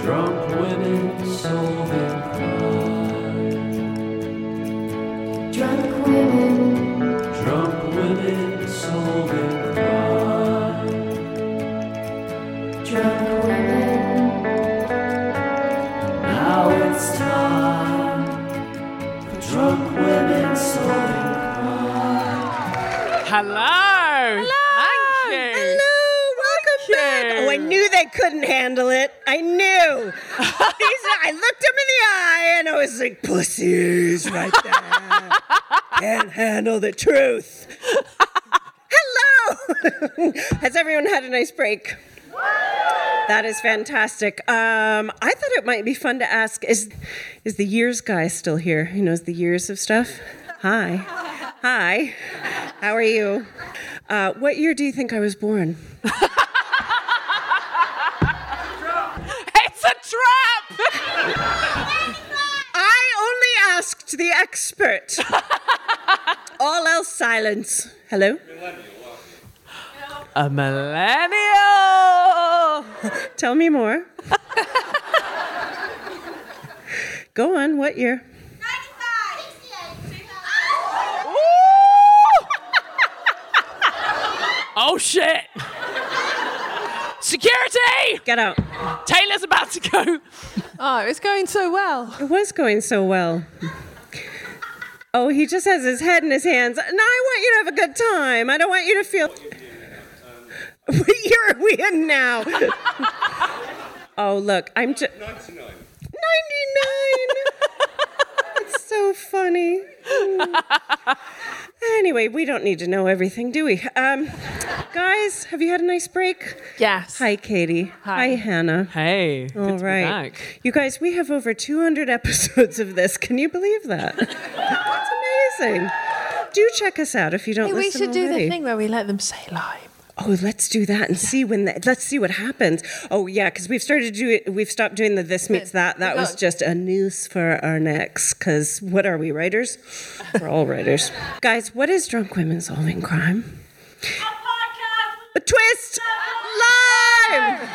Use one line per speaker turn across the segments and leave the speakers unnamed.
Drunk women solving
Drunk women,
Drunk women solving
drunk women,
Now it's time for drunk women solving
Hello. Hello. Thank you.
Hello, welcome back.
you.
Oh, I knew they couldn't handle it. I knew. These, I looked him in the eye and I was like, pussies right there. Can't handle the truth. Hello. Has everyone had a nice break? That is fantastic. Um, I thought it might be fun to ask is is the years guy still here? He knows the years of stuff. Hi. Hi. How are you? Uh, what year do you think I was born?
It's a trap.
I only asked the expert. All else silence. Hello?
A millennial.
Tell me more. Go on, what year?
Ooh. oh shit. Security!
Get out.
Taylor's about to go.
Oh, it's going so well.
It was going so well. Oh, he just has his head in his hands. No, I want you to have a good time. I don't want you to feel. What year are we in now? oh, look, I'm just. 99. 99. It's so funny. Mm. anyway, we don't need to know everything, do we? Um, guys, have you had a nice break?
Yes.
Hi, Katie. Hi, Hannah.
Hey. good
All
to be
right.
back.
You guys, we have over 200 episodes of this. Can you believe that? That's amazing. Do check us out if you don't
Hey, we
listen
should do
already.
the thing where we let them say lime.
Oh, let's do that and see when that. Let's see what happens. Oh yeah, because we've started to do it. We've stopped doing the this meets that. That
Oh.
was just a noose for our necks. Because what are we writers? We're all writers, guys. What is drunk women solving crime? A twist live.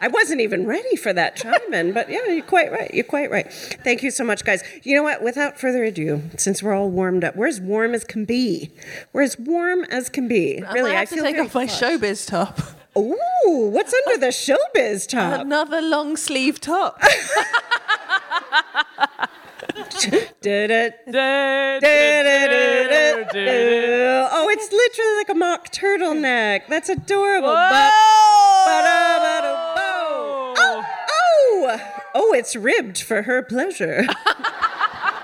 I wasn't even ready for that chime in, but yeah, you're quite right. You're quite right. Thank you so much, guys. You know what? Without further ado, since we're all warmed up, we're as warm as can be. We're as warm as can be.
I
really,
might have to take
very
off my
flushed.
showbiz top.
Ooh, what's under the showbiz top?
Another long sleeve top. Um,
Du-du-
Da- da- da- da- da- da- da.
du-du-du-du. Oh, it's literally like a mock turtleneck. That's adorable. Ba-
Whoa!
ba-da-ba-da-bo. Oh, oh, oh, Oh, it's ribbed for her pleasure.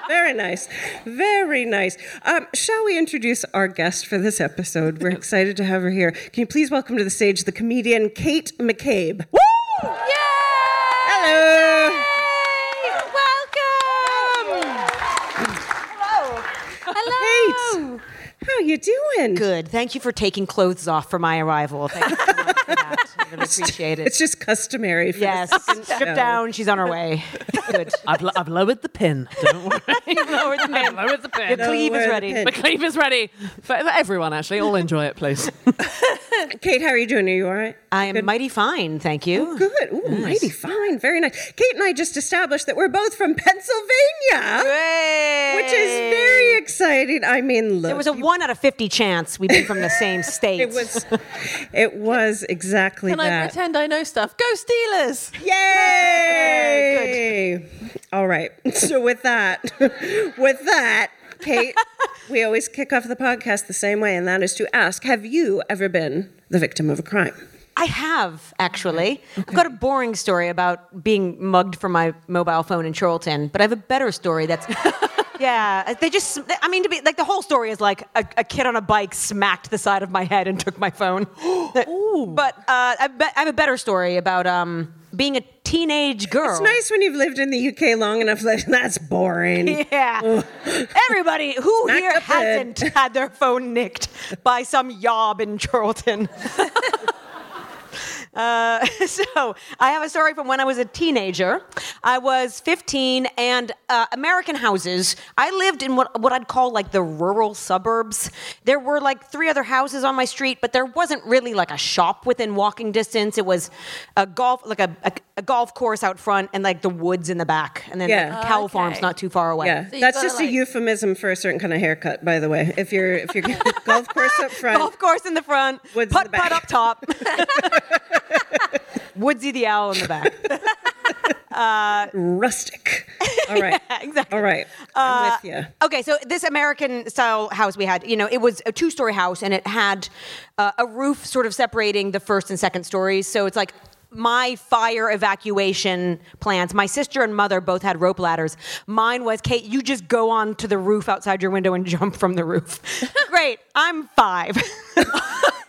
Very nice. Very nice. Um, shall we introduce our guest for this episode? We're excited to have her here. Can you please welcome to the stage the comedian Kate McCabe? Woo!
Yay!
Hello!
Welcome! Hello. Hello.
How you doing?
Good. Thank you for taking clothes off for my arrival. Thank you so much for that. I really appreciate it.
It's just customary for
yes.
the second show.
Strip down. She's on her way. Good.
I've, lo- I've lowered the pin. Don't worry.
You've lowered the pin.
lowered the pin.
Your cleave
Lower
is
the
ready.
pin.
The cleave is ready for, for everyone. Actually, all enjoy it, please.
Kate, how are you doing? Are you all right?
I am mighty fine. Thank you.
Oh, Good. Ooh, mighty fine. Very nice. Kate and I just established that we're both from Pennsylvania, which is very exciting. I mean, look.
There was a one out of fifty chance we'd be from the same state.
it was, it was exactly
Can I
that.
pretend I know stuff? Go Steelers!
Yay! All right. So with that, with that, Kate, we always kick off the podcast the same way, and that is to ask: Have you ever been the victim of a crime?
I have actually. I've got a boring story about being mugged for my mobile phone in Charlton, but I have a better story that's. yeah, they just. I mean, to be like the whole story is like a, a kid on a bike smacked the side of my head and took my phone. but uh, I, be, I have a better story about um, being a teenage girl.
It's nice when you've lived in the UK long enough that that's boring.
Yeah. Everybody who
Smack
here
the
hasn't
pig.
had their phone nicked by some yob in Charlton? Uh, so, I have a story from when I was a teenager. I was 15, and uh, American houses. I lived in what what I'd call like the rural suburbs. There were like three other houses on my street, but there wasn't really like a shop within walking distance. It was a golf like a, a, a golf course out front, and like the woods in the back, and then like,
Yeah.
cow farms not too far away.
Yeah,
So you
that's
gotta,
just a
like-
euphemism for a certain kind of haircut, by the way. If you're if you're golf course up front,
Golf course in the front,
Woods in
putt
the
putt
back.
up top, Woodsy the owl in the back.
rustic. All right,
exactly. Uh,
All right, I'm with you.
Okay, so this American style house we had, you know, it was a two story house and it had uh, a roof sort of separating the first and second stories. So it's like my fire evacuation plans. My sister and mother both had rope ladders. Mine was, Kate, you just go on to the roof outside your window and jump from the roof. Great, I'm five.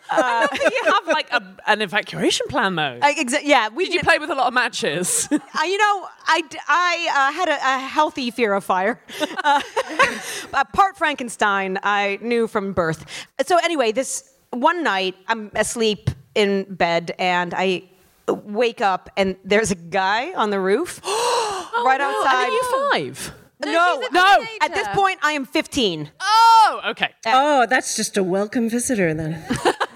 Uh,
you have like a, Um, an evacuation plan though.
I- exa- yeah, we
Did you play with a lot of matches?
I, Uh, you know, I, d- I, uh, had a, a healthy fear of fire. Uh, part Frankenstein, I knew from birth. So, anyway, this one night, I'm asleep in bed and I wake up and there's a guy on the roof right
Are
outside.
you five?
no,
she's a
no.
teenager.
At this point, I am 15.
Oh, okay.
Oh, that's just a welcome visitor then.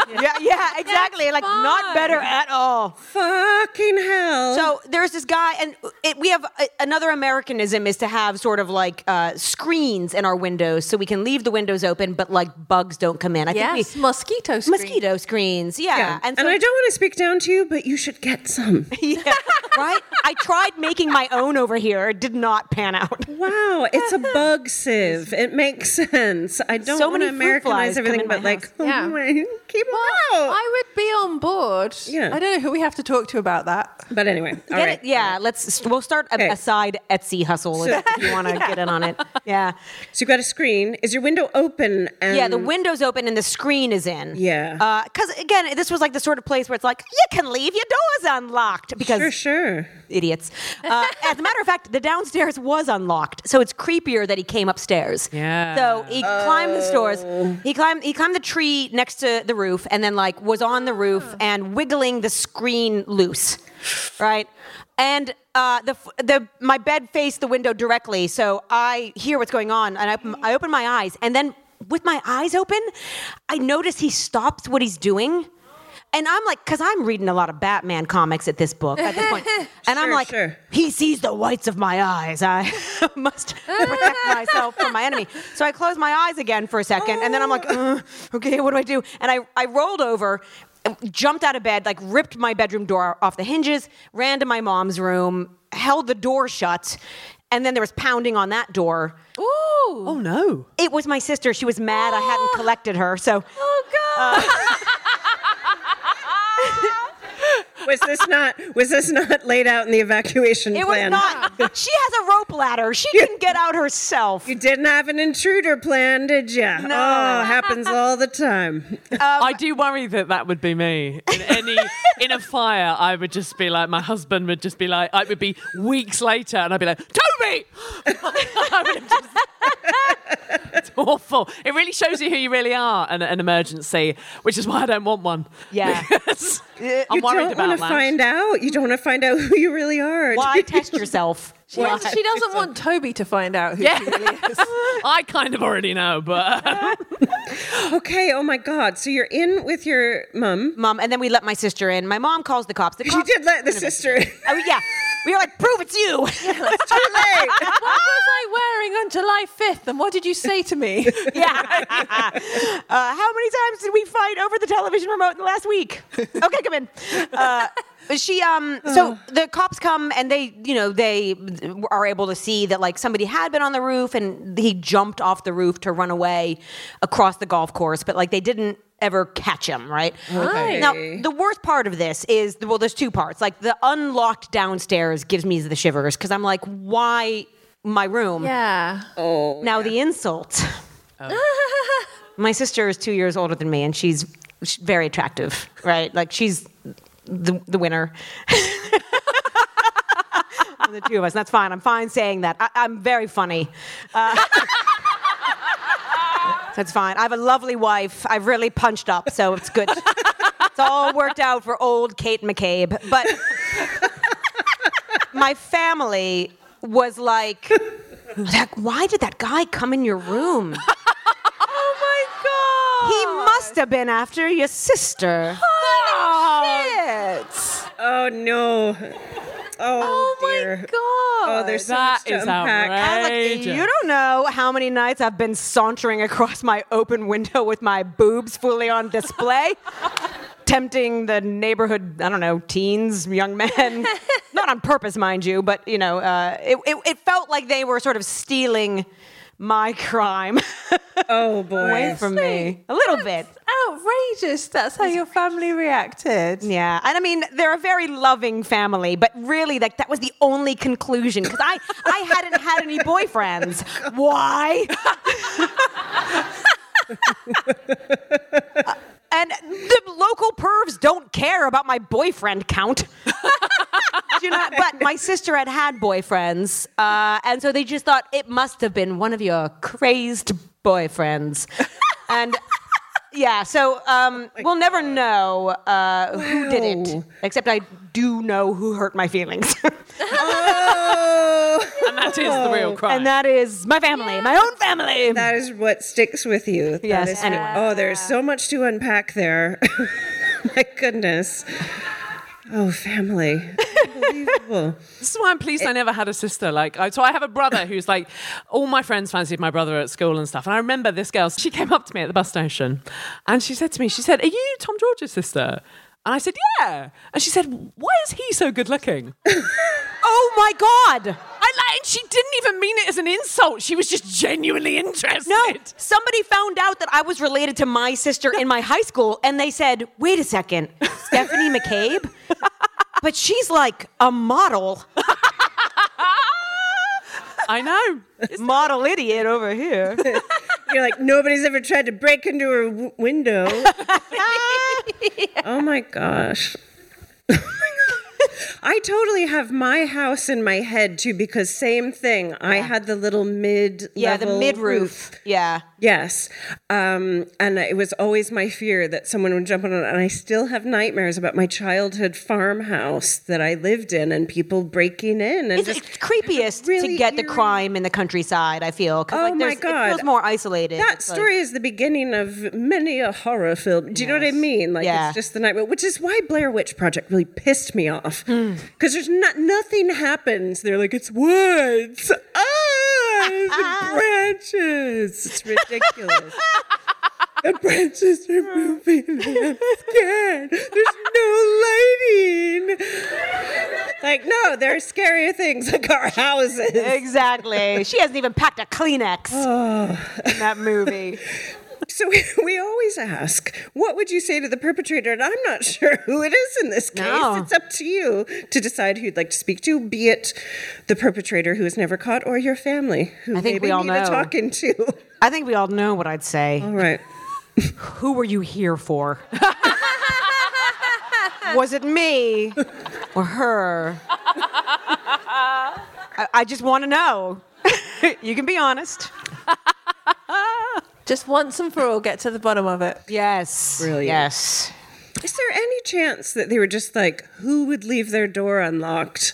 yeah, yeah, exactly. like, not better at all.
Fucking hell.
So there's this guy, and it, we have a, another Americanism is to have sort of like uh, screens in our windows so we can leave the windows open, but like bugs don't come in. I
Yes,
think
mosquito
we
screen.
mosquito screens, yeah.
yeah. and,
so-
I don't want to speak down to you, but you should get some.
yeah, right. I tried making my own over here, it did not pan out.
Wow, it's a bug sieve. It makes sense. I don't
So
want to
many fruit
Americanize
flies come
everything,
in my
but like,
house.
oh
Yeah.
my, keep 'em
Well,
out.
I would be on board.
Yeah.
I don't know who we have to talk to about that.
but anyway, all
Get
right.
it? Yeah, let's. We'll start a,
Okay.
a side Etsy hustle if if you want to get in on it. Yeah,
So you got a screen. Is your window open? And
yeah. The Uh, window's open and the screen is in.
Um, Yeah.
Because again, this was like the sort of place where it's like you can leave your doors unlocked because
Sure, sure.
idiots. Uh, as a matter of fact, the downstairs was unlocked, so it's creepier that he came upstairs.
Yeah.
So he climbed the stairs. He climbed. He climbed the tree next to the roof, and then like was on the roof and wiggling the screen loose, right? And uh, the f- the my bed faced the window directly, so I hear what's going on, and I open, I open my eyes, and then with my eyes open, I notice he stops what he's doing. And I'm like, because I'm reading a lot of Batman comics at this book at this point, and I'm
Sure,
like,
sure.
he sees the whites of my eyes. I must protect myself from my enemy. So I close my eyes again for a second, and then I'm like, "Ugh, okay, what do I do? And I, I rolled over, um, jumped out of bed, like ripped my bedroom door off the hinges, ran to my mom's room, held the door shut, and then there was pounding on that door.
Ooh.
Oh no.
It was my sister. She was mad I hadn't collected her. So uh,
Oh, God.
was this not was this not laid out in the evacuation
It was
plan?
not. She has a rope ladder. She can get out herself.
You didn't have an intruder plan, did you? No. Oh, happens all the time.
I do worry that that would be me. In any in a fire, I would just be like, my husband would just be like, it would be weeks later, and I'd be like, Toby. I would have just- it's awful. It really shows you who you really are in an emergency, which is why I don't want one.
Yeah,
I'm
you
worried
don't
about
wanna
that.
find out. You don't want to find out who you really are.
Why test yourself?
She, doesn't, she doesn't want Toby to find out who
Yeah.
she really is.
I kind of already know, but
Okay. Oh my God. So you're in with your mum.
Mom, and then we let my sister in. My mom calls the cops. The
You
cops
did let the sister. in.
Oh yeah, we were like, prove it's you.
It's too late.
what was I wearing on July 5th and what did you say to me?
yeah. uh, how many times did we fight over the television remote in the last week? Okay, come in. Uh, she um so the cops come and they you know they are able to see that like somebody had been on the roof and he jumped off the roof to run away across the golf course but like they didn't ever catch him right
Okay.
now the worst part of this is well there's two parts like the unlocked downstairs gives me the shivers because i'm like why my room
yeah.
Oh.
now the insult.
Oh.
My sister is two years older than me, and she's she's very attractive, right? Like she's the the winner. Of the two of us. That's fine. I'm fine saying that. I, I'm very funny. Uh, that's fine. I have a lovely wife. I've really punched up, so it's good. it's all worked out for old Kate McCabe. But my family was like, like, why did that guy come in your room?
oh
He must have been after your sister.
my god. Shit.
Oh no. Oh,
Oh
dear.
my god.
Oh, there's so
That
much to
is
unpack.
outrageous.
I was like,
Agent.
you don't know how many nights I've been sauntering across my open window with my boobs fully on display, tempting the neighborhood, I don't know, teens, young men. Not on purpose, mind you, but, you know, uh, it, it, it felt like they were sort of stealing my crime
Oh boy.
away from me. A little bit.
Outrageous. That's how your family reacted.
Yeah, and I mean they're a very loving family, but really, like that was the only conclusion because I I hadn't had any boyfriends. Why? and the local pervs don't care about my boyfriend count. you know, but my sister had had boyfriends, uh, and so they just thought it must have been one of your crazed boyfriends, and. Yeah, so um, we'll never know uh, who did it,
Wow.
except I do know who hurt my feelings.
Oh.
and that is the real crime.
and that is my family, my own family.
That is what sticks with you. That
Yes,
is-
anyway.
Oh, there's so much to unpack there. Oh, My goodness. Oh, family. Unbelievable.
This is why I'm pleased I never had a sister. Like, I, so I have a brother who's like, all my friends fancied my brother at school and stuff. And I remember this girl. She came up to me at the bus station, and she said to me, she said, "Are you Tom George's sister?" And I said, "Yeah." And she said, "Why is he so good looking?"
Oh my God!
I like, and she didn't even mean it as an insult. She was just genuinely interested.
No, somebody found out that I was related to my sister in my high school, and they said, "Wait a second, Stephanie McCabe." But she's like a model,
I know.
model idiot over here.
You're like, nobody's ever tried to break into her w- window. oh my gosh. Oh, I totally have my house in my head too because same thing. I had the little mid
yeah, the mid roof. Yeah,
Yes. Um, and it was always my fear that someone would jump on it. And I still have nightmares about my childhood farmhouse that I lived in and people breaking in. And
it's,
just,
it's creepiest to
really
get the
eerie-
crime in the countryside. I feel. 'cause,
Oh
like,
my
there's- It feels
God.
more isolated.
that
It's like-
story is the beginning of many a horror film. Do you know what I mean? Like,
Yeah.
it's just the nightmare, which is why Blair Witch Project really pissed me off. Because there's not, nothing happens. They're like, it's woods, eyes, and branches. It's ridiculous. The branches are moving. I'm scared. There's no lighting. Like, no, there are scarier things like our houses. Oh.
Exactly. she hasn't even packed a Kleenex in that movie.
so we, we always ask, what would you say to the perpetrator? And I'm not sure who it is in this case.
No.
It's up to you to decide who you'd like to speak to, be it the perpetrator who is never caught or your family who
I think
maybe
we all
need
know.
a talking to.
I think we all know what I'd say. All
right.
Who were you here for? Was it me or her? I, I just want to know. you can be honest.
Just once and for all, get to the bottom of it.
Yes.
Brilliant.
Yes.
Is there any chance that they were just like, who would leave their door unlocked?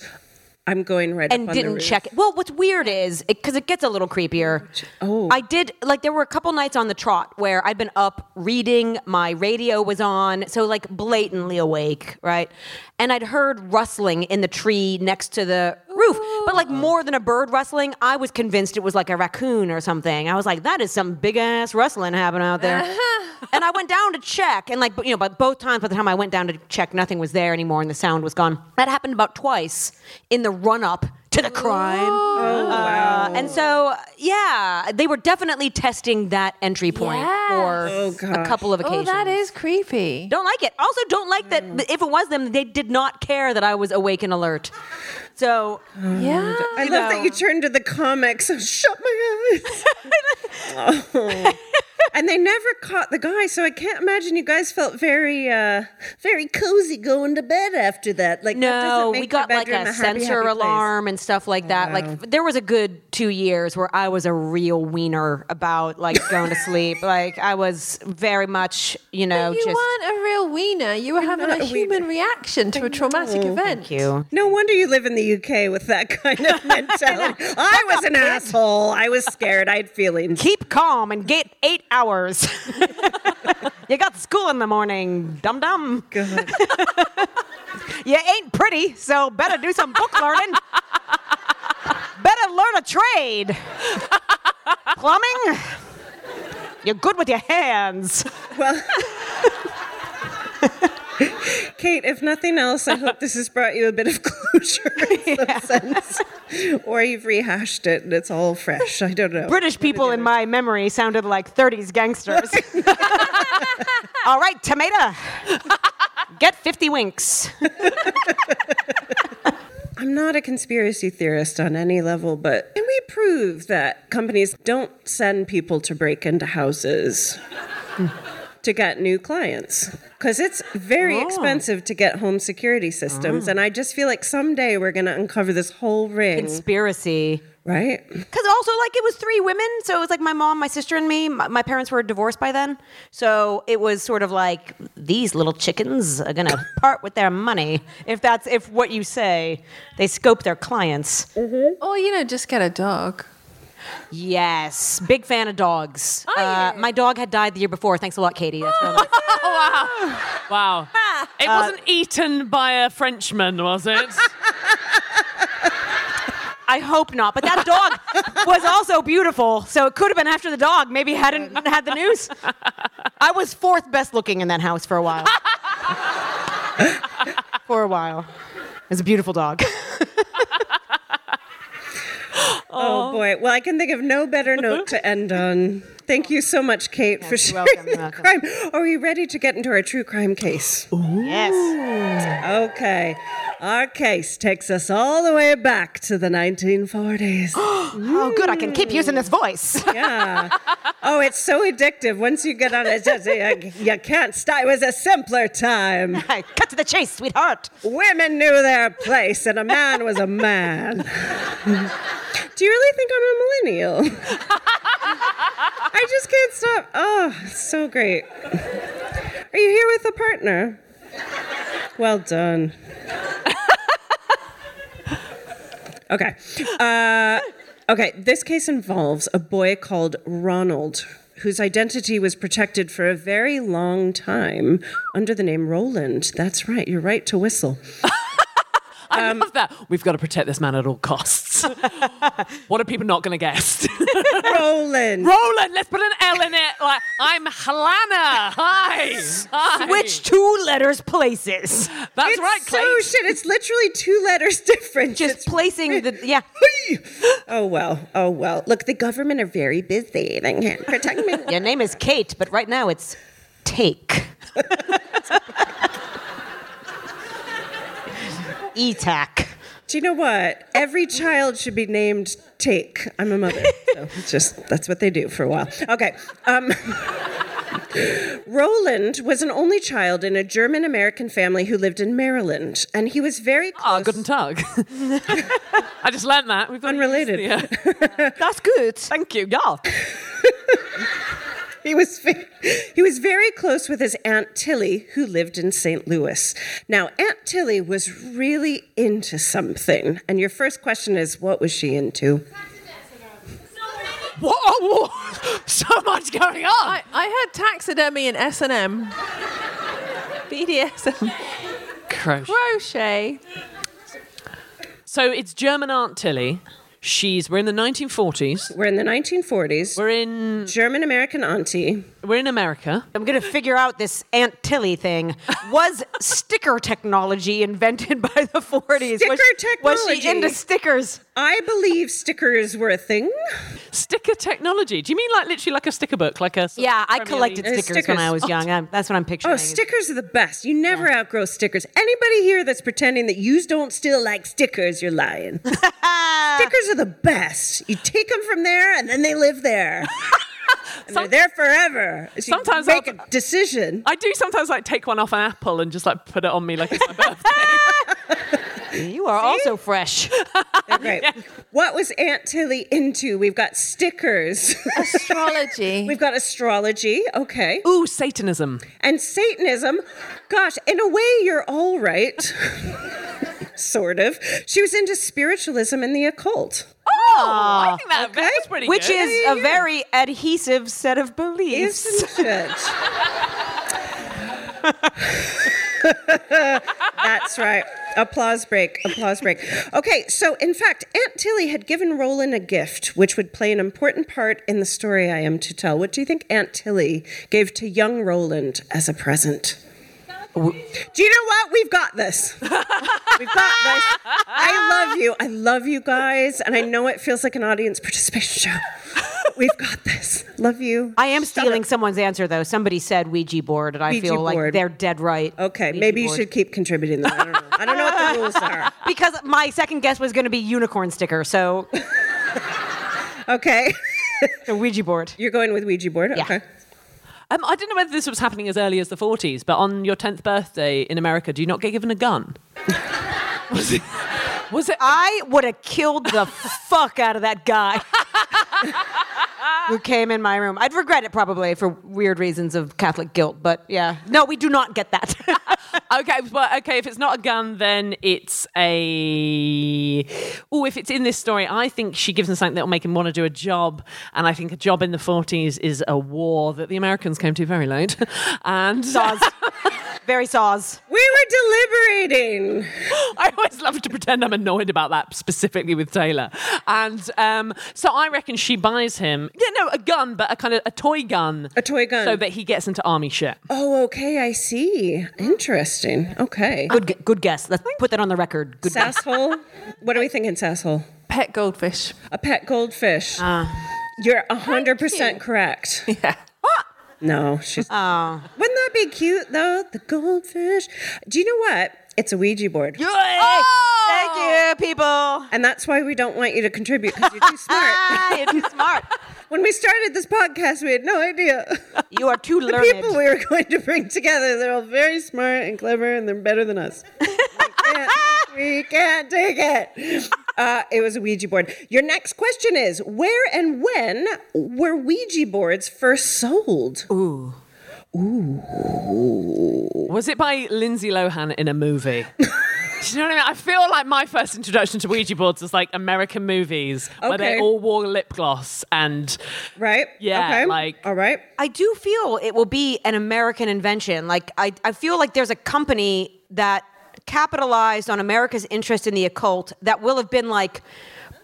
I'm going right
and
up on the
didn't
roof.
check it. Well, what's weird is because it, gets a little creepier. Oh, I did like there were a couple nights on the trot where I'd been up reading, my radio was on, so like blatantly awake, right? And I'd heard rustling in the tree next to the roof, but like more than a bird rustling, I was convinced it was like a raccoon or something. I was like, that is some big ass rustling happening out there. and I went down to check, and like you know, but both times by the time I went down to check, nothing was there anymore, and the sound was gone. That happened about twice in the run up to the crime. Uh, And so, yeah, they were definitely testing that entry point for a couple of
Oh,
occasions.
that is Mm. creepy.
Don't like it. Also, don't like that if it was them, they did not care that I was awake and alert. So,
Mm. yeah.
I love that you turned to the comics. Shut my eyes. Oh. and they never caught the guy, so I can't imagine you guys felt very, uh, very cozy going to bed after that. Like that
No,
doesn't make
we got
your
like
bedroom
a,
happy,
sensor
happy place.
alarm and stuff like that. Like f- there was a good two years where I was a real wiener about like going to sleep. Like I was very much, you know,
You
just
weren't a real wiener. You were having a, human reaction to a traumatic event.
you.
No wonder you live in the UK with that kind of mentality. I was an asshole. I was scared. I had feelings.
Keep calm and get eight hours. you got school in the morning, dum dum. you ain't pretty, so better do some book learning. better learn a trade. Plumbing? You're good with your hands.
Kate, if nothing else, I hope this has brought you a bit of closure in some sense. Or you've rehashed it and it's all fresh. I don't know.
British people in my memory sounded like 30s gangsters. All right, tomato. Get 50 winks.
I'm not a conspiracy theorist on any level, but can we prove that companies don't send people to break into houses to get new clients? Because it's very expensive to get home security systems. And I just feel like someday we're going to uncover this whole ring.
Conspiracy.
right?
Because also, like, it was three women. So it was like my mom, my sister, and me. My, my parents were divorced by then. So it was sort of like these little chickens are going to part with their money. If that's, if what you say, they scope their clients.
Or, you know, just get a dog.
Yes. Big fan of dogs. Uh, my dog had died the year before. Thanks a lot, Katie. That's really
Wow. It wasn't eaten by a Frenchman, was it?
I hope not. But that dog was also beautiful, so it could have been after the dog. Maybe hadn't had the news. I was fourth best looking in that house for a while. for a while. It's a beautiful dog.
Oh, boy. Well, I can think of no better note to end on. Thank you so much, Kate, for sharing
welcome,
the
welcome.
crime. Are we ready to get into our true crime case?
yes.
Okay. Our case takes us all the way back to the 1940s.
Oh, good. I can keep using this voice.
yeah. Oh, it's so addictive. Once you get on it, just, you, you can't stop. It was a simpler time.
Cut to the chase, sweetheart.
Women knew their place, and a man was a man. Do you really think I'm a millennial? I just can't stop. Oh, it's so great. Are you here with a partner? Well done. Okay. Uh, okay, this case involves a boy called Ronald, whose identity was protected for a very long time under the name Roland. That's right, you're right to whistle.
I love that. We've got to protect this man at all costs. guess. what are people not going to guess?
Roland.
Roland. Let's put an L in it. Like I'm Helena. Hi. Hi.
Switch two letters places.
That's
it's
right, Clayton.
So shit, it's literally two letters different.
Just placing the yeah.
oh well, oh well. Look, the government are very busy. They can't protect me.
Your name is Kate, but right now it's Take. E ETAC.
Do you know what? Every child should be named Take. I'm a mother, so just that's what they do for a while. Okay. Um, Roland was an only child in a German American family who lived in Maryland, and he was very
Ah,
close.
good and tug. I just learned that. We've got
Unrelated.
Yeah.
That's good.
Thank you. Yeah.
He was ve- he was very close with his aunt Tilly, who lived in St. Louis. Now, Aunt Tilly was really into something, and your first question is, what was she into?
Whoa, whoa, whoa. Oh, so much going on.
I, I heard taxidermy and S and M, BDSM,
Crosh.
crochet.
So it's German Aunt Tilly. She's we're in the 1940s.
We're in the 1940s.
We're in
German American auntie.
we're in America.
I'm gonna figure out this Aunt Tilly thing. Was sticker technology invented by the 40s? was,
Sticker
Was she
technology?
into stickers?
I believe stickers were a thing.
Sticker technology. Do you mean like literally like a sticker book, like a?
Yeah, I collected
Uh,
stickers, when
stickers.
I was young. I'm, that's what I'm picturing.
Oh, stickers are the best. You never outgrow stickers. Anybody here that's pretending that you don't still like stickers, you're lying. stickers are the best. You take them from there and then they live there. and they're there forever. So you
Sometimes
make
I'll-
a decision.
I do sometimes like take one off an apple and just like put it on me like it's my birthday.
you are also fresh.
Oh, They're great. What was Aunt Tilly into? We've got stickers.
Astrology.
We've got astrology, okay.
Ooh, Satanism.
And Satanism. Gosh, in a way, you're all right. sort of. She was into spiritualism and the occult.
Oh, I think that that's pretty
Uh, Which
good.
is a very adhesive set of beliefs.
Isn't it? That's right. Applause break. Applause break. Okay, so in fact, Aunt Tilly had given Roland a gift, which would play an important part in the story I am to tell. What do you think Aunt Tilly gave to young Roland as a present? Do you know what? We've got this. We've got this. I love you. I love you guys. And I know it feels like an audience participation show. We've got this. Love you.
I am stealing someone's answer though. Somebody said Ouija board, and I
Ouija
feel like
board.
they're dead right.
Okay, maybe you
board.
should keep contributing. Them. I don't know. I don't know what the rules are.
Because my second guess was going to be unicorn sticker, so
Okay,
the Ouija board.
you're going with Ouija board.
Yeah.
Okay.
Um, I don't know whether this was happening as early as the 40s, but on your 10th birthday in America, do you not get given a gun? was it? Was it?
I would have killed the fuck out of that guy who came in my room. I'd regret it probably for weird reasons of Catholic guilt, but yeah. No, we do not get that.
Okay, well, okay. If it's not a gun, then it's a. Oh, if it's in this story, I think she gives him something that will make him want to do a job, and I think a job in the forties is a war that the Americans came to very late, and
Saws. Very saws.
We were deliberating.
I always love to pretend I'm annoyed about that, specifically with Taylor. And um, so I reckon she buys him, yeah, no, a gun, but a kind of a toy gun,
A toy gun.
so that he gets into army shit.
oh, okay. I see. Interesting. Okay.
Good, gu- good guess. Let's put that on the record. Good guess.
Sasshole. What are we thinking, Sasshole?
Pet goldfish.
A pet goldfish.
Uh,
You're hundred percent correct. Yeah.
Ah!
No, she's.
Oh.
Wouldn't that be cute though? The goldfish. Do you know what? It's a Ouija board.
Thank you, people.
And that's why we don't want you to contribute because you're too smart.
Ah, you're too smart.
when we started this podcast, we had no idea.
You are too
the
learned.
people we were going to bring together, they're all very smart and clever and they're better than us. we, can't, we can't take it. Uh, it was a Ouija board. Your next question is Where and when were Ouija boards first sold?
Was it by Lindsay Lohan in a movie? Do you know what I mean? I feel like my first introduction to Ouija boards was like American movies where they
Okay.
all wore lip gloss and
Right?
Yeah,
Okay.
like-
All right.
I do feel it will be an American invention. Like I, I feel like there's a company that capitalized on America's interest in the occult that will have been like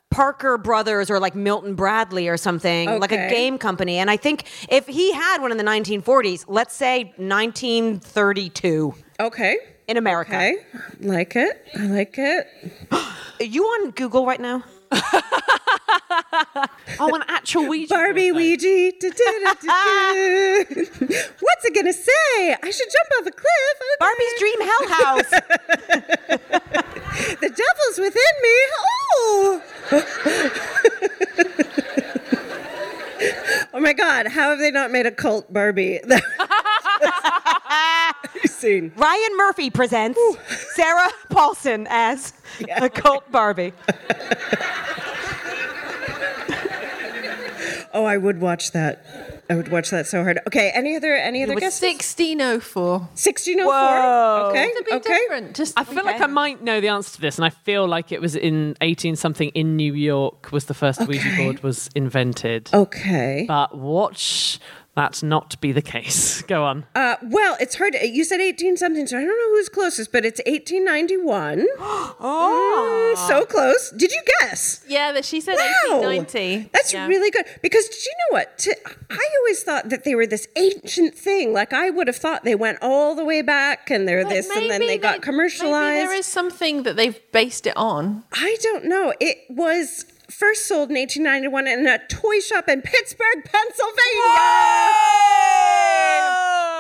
Parker Brothers or like Milton Bradley or something, like a
Okay.
game company. And I think if he had one in the 1940s, let's say 1932.
Okay.
In America.
Okay. Like it. I like it.
Are you on Google right now? oh, an actual Ouija.
Barbie Ouija. Du-du-du-du-du. What's it gonna say? I should jump off a cliff.
Barbie's dream hell house.
the devil's within me. Oh. oh my God! How have they not made a cult Barbie? seen.
Ryan Murphy presents Sarah Paulson as a cult Barbie.
oh, I would watch that. I would watch that so hard. Okay. Any other any other
was
guesses?
1604.
1604. Okay.
It's a bit
okay.
different. Just
I feel like I might know the answer to this, and I feel like it was in 18 something in New York was the first Ouija
Okay.
board was invented.
Okay.
But watch that not be the case. Go on.
Uh, well, it's hard. To, you said 18 something, so I don't know who's closest, but it's 1891. oh, so close. Did you guess?
Yeah, but she said 1890.
That's
Yeah.
really good. Because did you know what? To, I always thought that they were this ancient thing. Like, I would have thought they went all the way back and they're this and then they, got commercialized.
Maybe there is something that they've based it on.
I don't know. It was first sold in 1891 in a toy shop in Pittsburgh, Pennsylvania.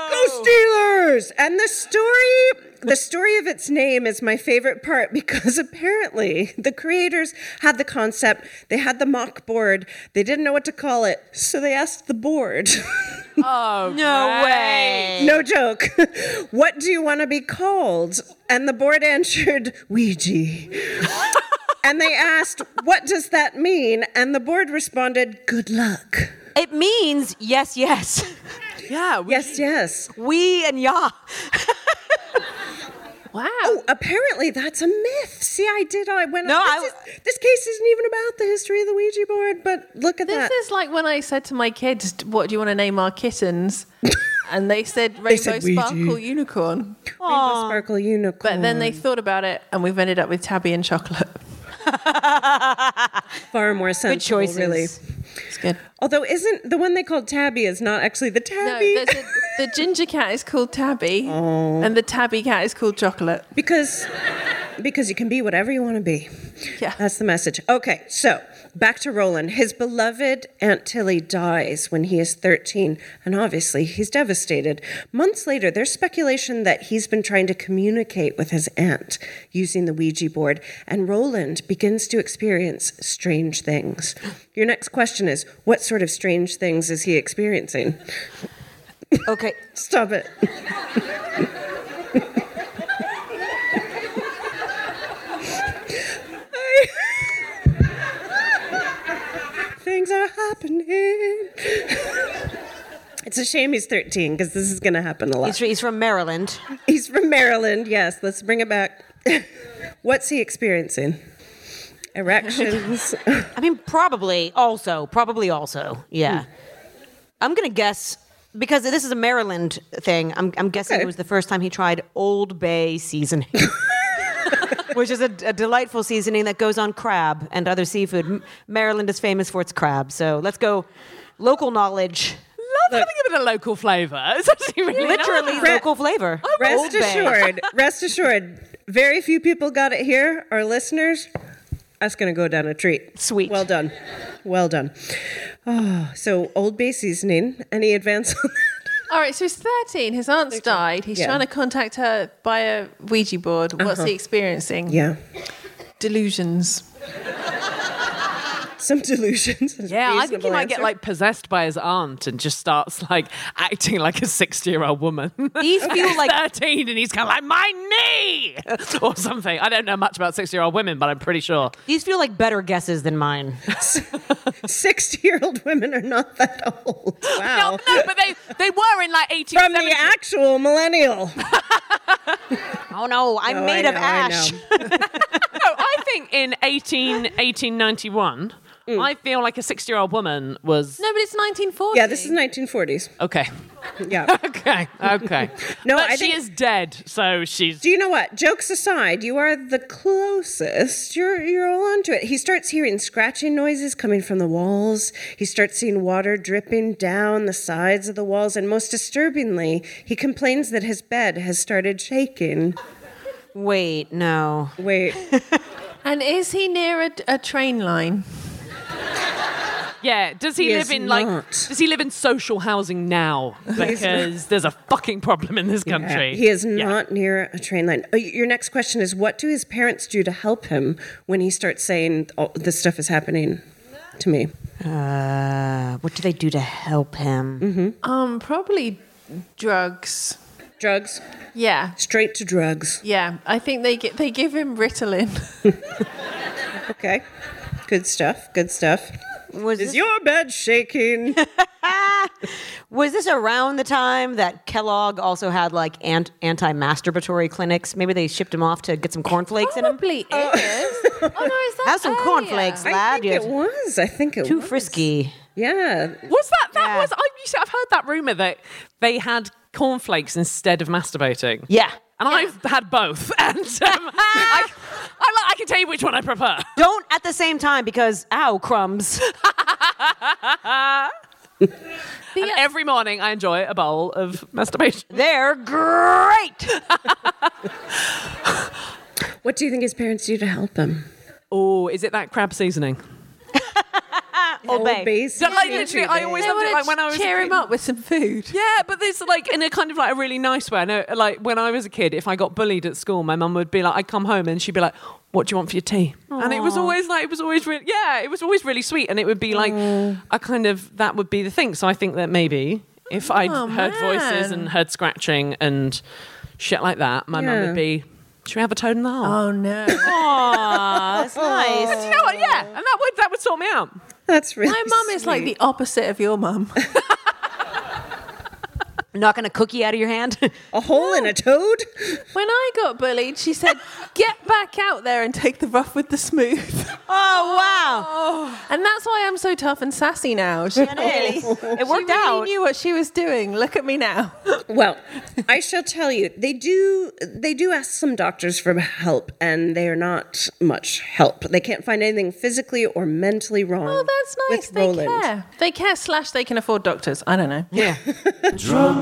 Go Steelers! And the story, the story of its name is my favorite part because apparently the creators had the concept, they had the mock board, they didn't know what to call it, so they asked the board.
Oh, no way.
No joke. What do you want to be called? And the board answered, Ouija. and they asked, What does that mean? And the board responded, Good luck.
It means yes, yes.
Yeah. We,
yes, yes.
We and ya.
Wow.
Oh, apparently that's a myth. See, I did. I went.
No, I-
this, is- this case isn't even about the history of the Ouija board, but look at
This
that.
is like when I said to my kids, "What do you want to name our kittens?" and they said Rainbow
said Ouija.
Sparkle Unicorn.
Rainbow Sparkle Unicorn.
But then they thought about it, and we've ended up with Tabby and Chocolate.
far more sensible,
choices.
really.
It's good.
Although, isn't the one they called Tabby is not actually the
No,
Tabby?
there's a, the ginger cat is called Tabby, and the Tabby cat is called Chocolate.
because because you can be whatever you want to be.
Yeah.
That's the message. Okay, so back to Roland. His beloved Aunt Tilly dies when he is 13, and obviously he's devastated. Months later, there's speculation that he's been trying to communicate with his aunt using the Ouija board, and Roland begins to experience strange things. Your next question is what sort of strange things is he experiencing?
Okay.
Stop it. Things are happening. It's a shame he's 13 because this is going to happen a lot.
He's, he's from Maryland.
He's from Maryland. Yes, let's bring it back. What's he experiencing? Erections.
I mean, probably also, probably also. Yeah. I'm going to guess because this is a Maryland thing. I'm, I'm guessing
Okay.
it was the first time he tried Old Bay seasoning. Which is a, a delightful seasoning that goes on crab and other seafood. M- Maryland is famous for its crab, so let's go local knowledge.
Love having a bit of local flavour. It's actually really
Literally
nice.
local flavor. Old
rest
Bay.
assured. Rest assured. Very few people got it here. Our listeners. That's going to go down a treat.
Sweet.
Well done. Well done. Oh, so Old Bay seasoning. Any advance on that?
All right, so he's 13. His aunt's died. He's
Yeah.
trying to contact her by a Ouija board. What's he experiencing?
Yeah.
Delusions.
Some delusions. is a
Yeah, I think he
reasonable
might get
answer.
like possessed by his aunt and just starts like acting like a 60 year old woman.
These feel like
13 and he's kind of like, my knee or something. I don't know much about 60 year old women, but I'm pretty sure.
these feel like better guesses than mine.
60 year old women are not that old. Wow.
No, no, but they, they were in like 18.
From the actual millennial.
Oh
Oh,
no, I'm
I
made of
know, I
ash.
know.
no, I think in 18, 1891, I feel like a 60 year old woman was.
No, but it's 1940.
Yeah, this is 1940s.
Okay.
Yeah.
okay. Okay.
No,
but
I
she
think-
is dead, so she's.
Do you know what? Jokes aside, you are the closest. You're you're all onto it. He starts hearing scratching noises coming from the walls. He starts seeing water dripping down the sides of the walls, and most disturbingly, he complains that his bed has started shaking.
Wait, no.
Wait.
And is he near a, a train line?
Yeah. Does he,
He
live
is
in like?
not.
Does he live in social housing now?
He is
Because there's a fucking problem in this country.
Yeah, uh, he is not near a train line. Uh, Your next question is what do his parents do to help him when he starts saying oh, this stuff is happening to me?
Uh, what do they do to help him?
Mm-hmm.
Um, probably drugs.
Drugs.
Yeah.
Straight to drugs.
Yeah, I think they gi- they give him Ritalin.
Okay. Good stuff. Good stuff.
Was
is your bed shaking?
Was this around the time that Kellogg also had like ant- anti-masturbatory clinics? Maybe they shipped him off to get some cornflakes in him.
Probably it is. Oh no, is that
Have some
earlier?
cornflakes,
I
lad.
think it
You're
was. I think it
too
was.
frisky.
Yeah.
Was that that was? I, you see, I've heard that rumor that they had cornflakes instead of masturbating.
Yeah.
And I've had both, and um, I, I, like- I can tell you which one I prefer.
Don't at the same time because ow crumbs.
And every morning, I enjoy a bowl of masturbation.
They're great.
Oh,
What do you think his parents do to help him?
Oh, is it that crab seasoning?
Old Bay.
Old Bay
So, like,
seasoning.
literally, I always
They
loved it.
want
Like
to
when I was a
cheer him
kid.
up with some food.
Yeah, but there's like in a kind of like a really nice way. I know, like when I was a kid, if I got bullied at school, my mum would be like, I'd come home and she'd be like, "What do you want for your tea?" And it was always like, it was always really, yeah, it was always really sweet, and it would be like a kind of that would be the thing. So I think that maybe if I'd heard voices
man.
and heard scratching and shit like that, my mum
Yeah.
would be, "Should we have a toad in the hole?"
Oh no.
Aww,
That's nice.
you
Oh.
know what? Yeah, and that would that would sort me out.
That's really.
My mum is like the opposite of your mum.
Knocking a cookie out of your hand.
a hole in a toad.
When I got bullied, she said, "Get back out there and take the rough with the smooth."
oh wow.
And that's why I'm so tough and sassy now. She,
Really? It worked
she really
out.
knew what she was doing. Look at me now.
Well, I shall tell you, they do they do ask some doctors for help, and they are not much help. They can't find anything physically or mentally wrong.
Oh, that's nice.
With
They
Roland.
care. They care. Slash, they can afford doctors. I don't know.
Yeah.
Drunk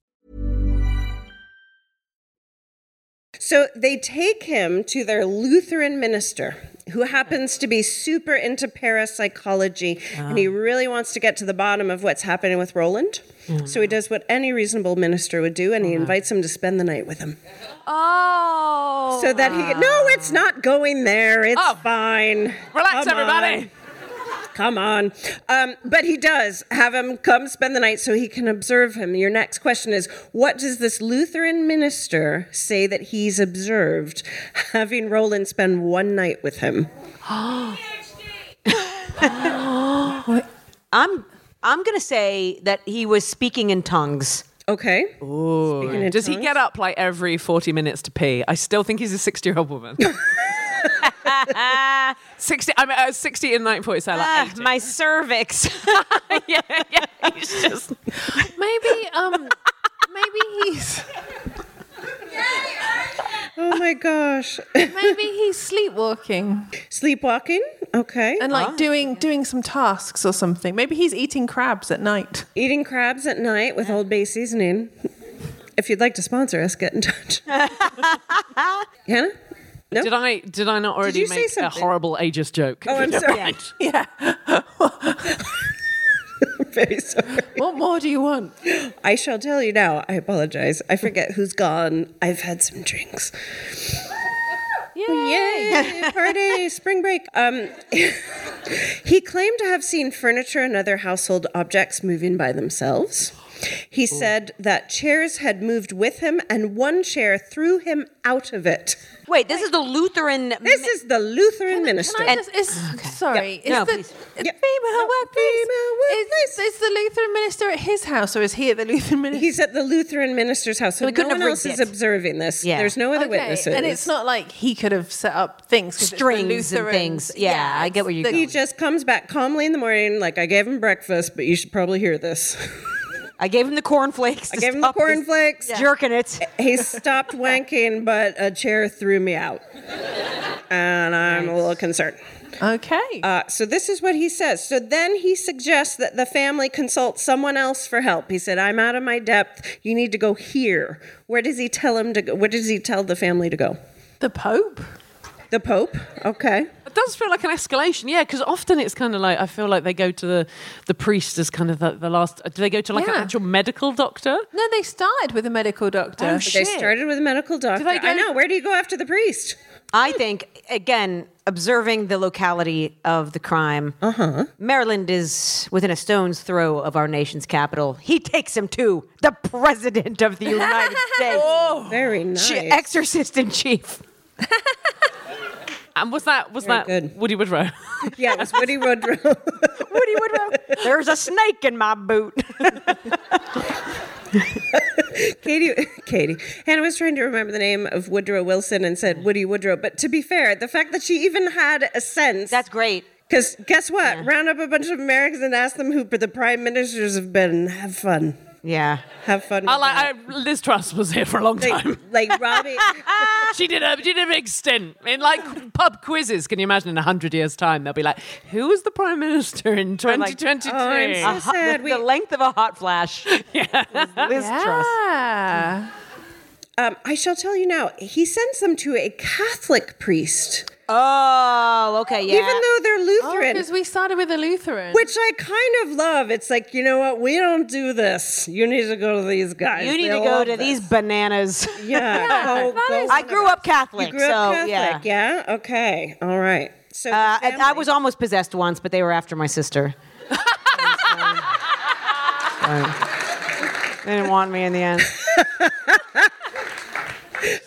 So they take him to their Lutheran minister, who happens to be super into parapsychology, and he really wants to get to the bottom of what's happening with Roland. So he does what any reasonable minister would do, and he invites him to spend the night with him.
Oh.
so that he no, it's not going there. It's
Oh.
fine.
Relax,
Come
everybody.
on. Come on. Um, but he does have him come spend the night so he can observe him. Your next question is What does this Lutheran minister say that he's observed having Roland spend one night with him?
I'm I'm gonna say that he was speaking in tongues.
Okay. Speaking of
Does he
tongues.
get up like every 40 minutes to pee? I still think he's a 60 year old woman. 60, I'm at 60 in 94, so
Ah.
like 80.
Ah, my cervix.
yeah, yeah. He's just.
Maybe, um, maybe he's.
Oh my gosh.
Maybe he's sleepwalking.
Sleepwalking? Okay.
And like doing doing some tasks or something. Maybe he's eating crabs at night.
Eating crabs at night with Old Bay seasoning. If you'd like to sponsor us, get in touch. Hannah? No?
Did I did I not already
you say
make a
something?
horrible ageist joke?
Oh, I'm sorry.
Right.
Yeah.
Very sorry.
What more do you want?
I shall tell you now. I apologize. I forget who's gone. I've had some drinks. Yay! Party, spring break. Um, he claimed to have seen furniture and other household objects moving by themselves. He said that chairs had moved with him, and one chair threw him out of it.
Wait, this is the Lutheran.
This is the Lutheran minister.
Can I just, is, Sorry,
Yeah. No,
is the
please.
it's female workplace? Is, is the Lutheran minister at his house, or is he at the Lutheran minister?
He's at the Lutheran minister's house, so
We
no
couldn't
one
have
else
rigged
is
it.
observing this.
Yeah.
There's no other witnesses.
and it's not like he could have set up things, 'cause it's the
Strings and
Lutherans.
things. Yeah, I get
it's
where you're
the-
he just comes back calmly in the morning, like I gave him breakfast, but you should probably hear this.
I gave him the cornflakes.
I gave him the cornflakes.
Jerking it.
He stopped wanking, but a chair threw me out, and I'm a little concerned.
Okay.
Uh, so this is what he says. So then he suggests that the family consult someone else for help. He said, "I'm out of my depth. You need to go here." Where does he tell him to go? Where does he tell the family to go?
the Pope.
The Pope. Okay.
It does feel like an escalation, yeah, because often it's kind of like I feel like they go to the the priest as kind of the, the last. Do they go to like an
Yeah.
actual medical doctor?
No, they started with a medical doctor.
Oh,
They
shit.
started with a medical doctor.
they go-
I know. Where do you go after the priest?
I think again, observing the locality of the crime. Uh
Uh-huh.
huh. Maryland is within a stone's throw of our nation's capital. He takes him to the president of the United States,
Oh.
Oh,
Very Oh, nice.
Chi- exorcist in chief.
And was that was that
good.
Woody Woodrow?
yeah, it was Woody Woodrow.
Woody Woodrow. There's a snake in my boot.
Katie, Katie, Hannah was trying to remember the name of Woodrow Wilson and
Mm.
said Woody Woodrow. But to be fair, the fact that she even had a sense.
That's great.
Because guess what? Round up a bunch of Americans and ask them who the prime ministers have been. Have fun.
Yeah.
Have fun.
I
with
like
that.
I, Liz Truss was here for a long time.
like, like Robbie.
she did a she did a big stint in like pub quizzes. Can you imagine in hundred years' time they'll be like, who was the prime minister in Ah.
like,
2022?
oh, I'm so
Uh-huh.
sad. We,
the length of a hot flash. Liz Truss.
Ah.
um, I shall tell you now. He sends them to a Catholic priest,
Oh, okay, yeah. Oh,
even though they're Lutheran.
Because Oh, we started with a Lutheran.
which I kind of love. It's like, you know what? We don't do this. You need to go to these guys.
you need to
They'll
go
love
to
this.
these bananas.
Yeah. go-
that
go
is-
I grew up Catholic,
You grew
so
up
yeah.
Catholic, yeah. Okay, all right. So the
Uh, and I
family-
was almost possessed once, but they were after my sister. they didn't want me in the end.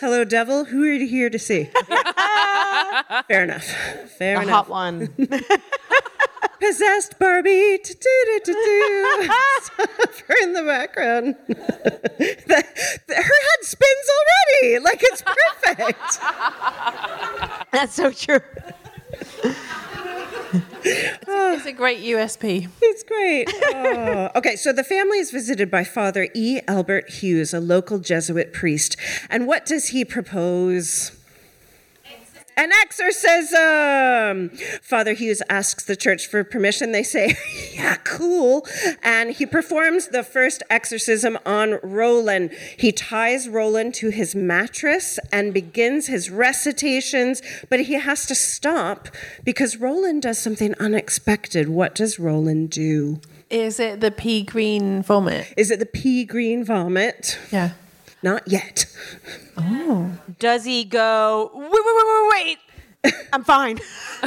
hello, devil. Who are you here to see? Fair enough. Fair
A
enough.
hot one.
Possessed Barbie. Do-do-do-do-do. Her in the background. The- the- her head spins already. Like it's perfect.
That's so true.
It's a great USP.
It's great. Oh. okay, so the family is visited by Father E. Albert Hughes, a local Jesuit priest. And what does he propose? An exorcism. Father Hughes asks the church for permission. They say, yeah, cool. And he performs the first exorcism on Roland. He ties Roland to his mattress and begins his recitations, but he has to stop because Roland does something unexpected. What does Roland do?
Is it the pea green vomit?
Is it the pea green vomit?
Yeah.
Not yet.
Does he go? Wait, wait, wait, wait, wait. I'm fine.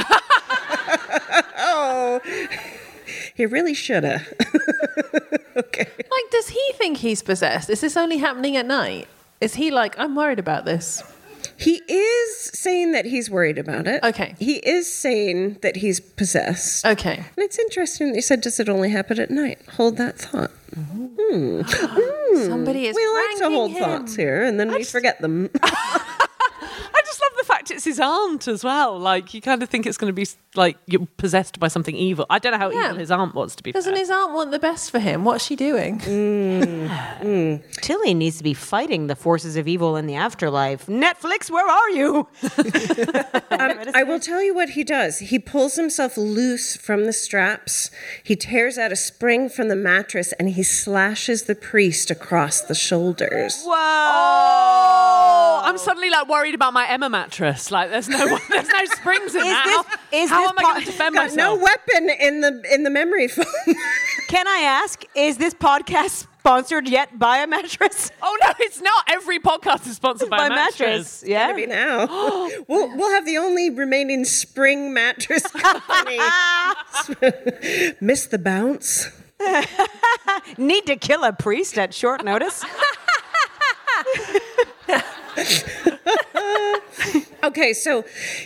He really should have. okay.
Like, does he think he's possessed? Is this only happening at night? Is he like, I'm worried about this?
He is saying that he's worried about it.
Okay.
He is saying that he's possessed.
Okay.
And it's interesting that you said, does it only happen at night? Hold that thought.
Somebody is
Hmm. we like to
pranking
hold
him.
thoughts here and then we forget them.
I just just love the fact it's his aunt as well. Like you kind of think it's going to be like you're possessed by something evil. I don't know how
Yeah.
evil his aunt was to be.
Doesn't
fair.
his aunt want the best for him? What's she doing?
Tilly needs to be fighting the forces of evil in the afterlife. Netflix, where are you?
I will tell you what he does. He pulls himself loose from the straps, he tears out a spring from the mattress, and he slashes the priest across the shoulders.
Oh,
Whoa! I'm suddenly like worried about my Emma mattress. Like there's no there's no springs in
Is
that.
this-
How- how
is this
am I
po-
going to defend
got no
myself?
weapon in the in the memory foam.
Can I ask, is this podcast sponsored yet by a mattress?
Oh no, it's not. Every podcast is sponsored by,
By
a mattress.
mattress, yeah.
Maybe now. we'll, we'll have the only remaining spring mattress company. Miss the bounce.
Need to kill a priest at short notice?
okay, so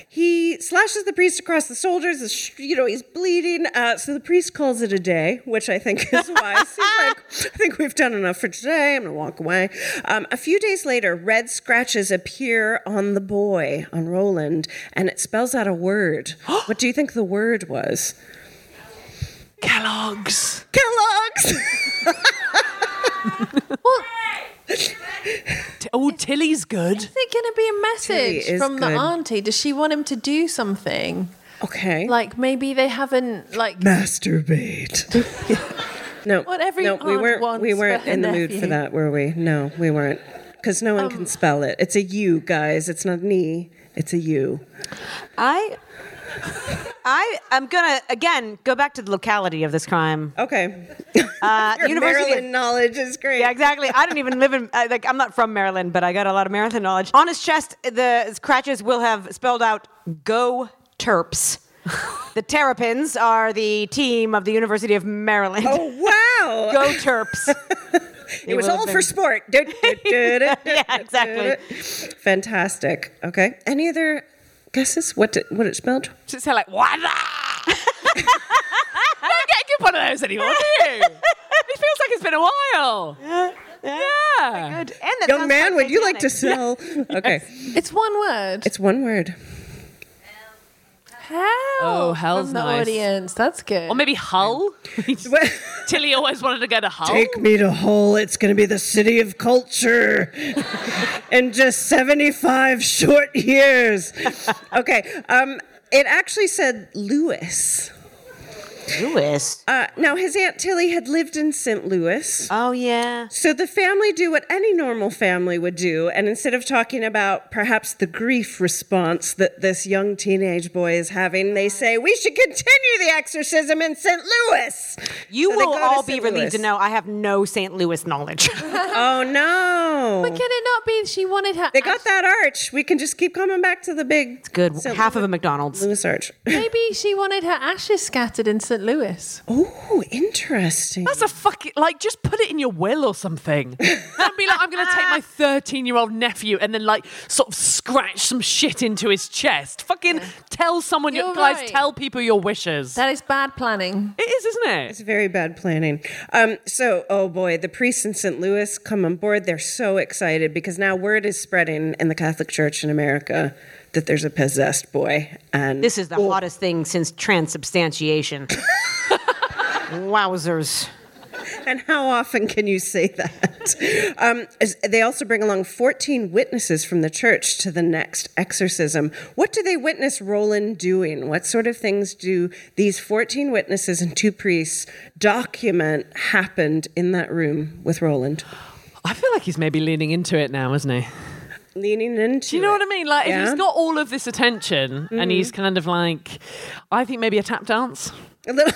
he slashes the priest across the shoulders. the sh- You know, he's bleeding. Uh, so the priest calls it a day, which I think is wise. he's like, I think we've done enough for today. I'm going to walk away. Um, a few days later, red scratches appear on the boy, on Roland, and it spells out a word. what do you think the word was?
Kellogg's.
Kellogg's.
T- oh, Tilly's good.
Is it going to be a
Tilly
message
is
from the
good.
auntie? Does she want him to do something?
Okay.
Like maybe they haven't like
Masturbate. no,
What every
no, we
aunt
weren't. We
wants
weren't
for her
in the mood for
nephew.
that, were we? No, we weren't, because no one can
Oh.
spell it. It's a U, guys. It's not an E. It's a U.
I I am gonna again go back to the locality of this crime.
Okay.
Uh,
Your
University
Maryland knowledge is great.
Yeah, exactly. I don't even live in I, like I'm not from Maryland, but I got a lot of Maryland knowledge. On his chest, the scratches will have spelled out "Go Terps." the Terrapins are the team of the University of Maryland.
Oh wow!
Go Terps.
It was
will have
all for
been-
sport. Du- du- du- du-
yeah, exactly.
Fantastic. Okay. Any other guesses? What did, what it spelled?
Just say like wada. I don't get a good one of those anymore, do you? It feels like it's been a while.
Yeah.
Yeah.
Good. And
Young Oh, man, would you like to sell? Okay.
It's one word.
It's one word.
Hell.
Oh, hell's
from the
nice.
audience. That's good.
Or maybe Hull. Tilly always wanted to go to Hull.
Take me to Hull. It's going to be the city of culture in just 75 short years. Okay. Um, it actually said Lewis.
Lewis.
Uh, now, his Aunt Tilly had lived in St. Louis.
Oh, yeah.
So the family do what any normal family would do. And instead of talking about perhaps the grief response that this young teenage boy is having, they say, we should continue the exorcism in St. Louis.
You
So they
will
go to
all be
St.
relieved to
Louis.
know I have no St. Louis knowledge.
oh no!
But can it not be she wanted her?
They got that arch. We can just keep coming back to the big. It's
good. Half of a McDonald's.
Lewis Arch.
Maybe she wanted her ashes scattered in St. Louis.
Oh, interesting.
That's a fucking like. Just put it in your will or something. Don't be like, I'm going to take my 13 year old nephew and then like sort of scratch some shit into his chest. Fucking tell someone your
You're
guys.
right.
Tell people your wishes.
That is bad planning.
It is, isn't it?
It's very bad planning. Um, so, oh boy, the priests in St. Louis come on board. They're so excited because now word is spreading in the Catholic Church in America that there's a possessed boy. And
This is the hottest thing since transubstantiation. Wowzers.
and how often can you say that? Um, as- they also bring along 14 witnesses from the church to the next exorcism. What do they witness Roland doing? What sort of things do these 14 witnesses and two priests document happened in that room with Roland?
I feel like he's maybe leaning into it now, isn't he?
Leaning into.
Do you know what I mean? Like, if
Yeah.
he's got all of this attention and he's kind of like, I think maybe a tap dance.
A little.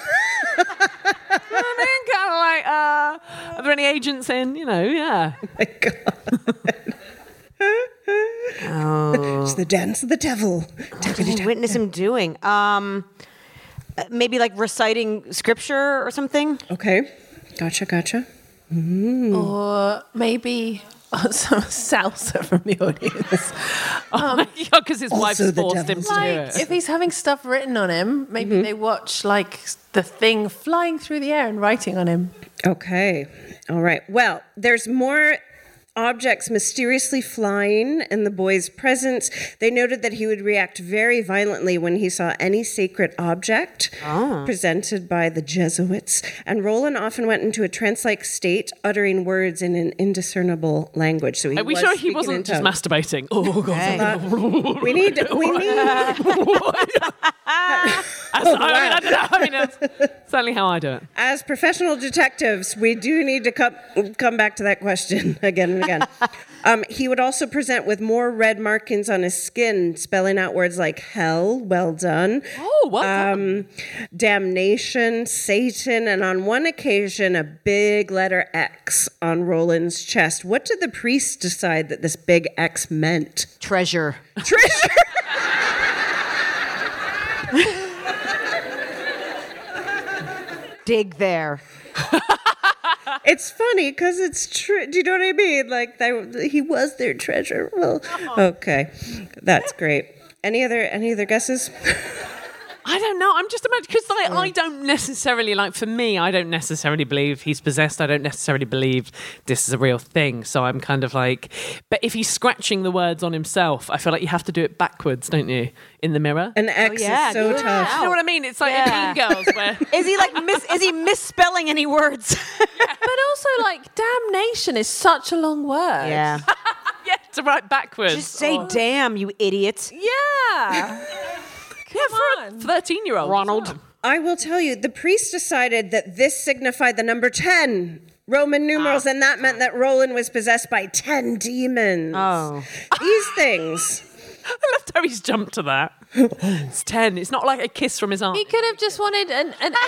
I mean, kind of like, uh, are there any agents in? You know, yeah.
Oh.
Oh.
It's the dance of the devil.
What did you Oh, witness him doing? Um, uh, maybe like reciting scripture or something?
Okay. Gotcha, gotcha. Mm.
Or maybe some salsa from the audience.
Because his wife's
Also the
forced him to
Like,
do
if
it.
he's having stuff written on him, maybe
Mm-hmm.
they watch like the thing flying through the air and writing on him.
Okay. All right. Well, there's more objects mysteriously flying in the boy's presence. They noted that he would react very violently when he saw any sacred object
Ah.
presented by the Jesuits, and Roland often went into a trance-like state, uttering words in an indiscernible language. So he
Are we
was
sure he
speaking in
wasn't just
tongues.
masturbating? Oh god.
But we need. We need.
That's- I mean, I don't know. I mean, that's certainly how I do it.
As professional detectives, we do need to come come back to that question again and again. um, he would also present with more red markings on his skin, spelling out words like hell, well done,
oh, well
done, damnation, Satan, and on one occasion, a big letter X on Roland's chest. What did the priest decide that this big X meant?
Treasure.
Treasure.
Dig there.
it's funny because it's true. Do you know what I mean? Like they, he was their treasure. Well,
Uh-huh.
okay, that's great. Any other any other guesses?
I don't know. I'm just imagining because like, I don't necessarily like for me. I don't necessarily believe he's possessed. I don't necessarily believe this is a real thing. So I'm kind of like, but if he's scratching the words on himself, I feel like you have to do it backwards, don't you, in the mirror?
An X
Oh, yeah,
is so
good.
tough.
You know what I mean? It's like
Yeah.
in Mean Girls where
Is he like mis- is he misspelling any words?
But also, like, damnation is such a long word.
Yeah.
yeah, to write backwards.
Just say damn, you idiot.
Yeah.
yeah, for a 13 year old. Ronald.
I will tell you. The priest decided that this signified the number ten. Roman
Ah,
numerals, and that meant that Roland was possessed by 10 demons.
Oh.
These things.
I love how he's jumped to that. It's 10. It's not like a kiss from his arm.
He could have just wanted an. an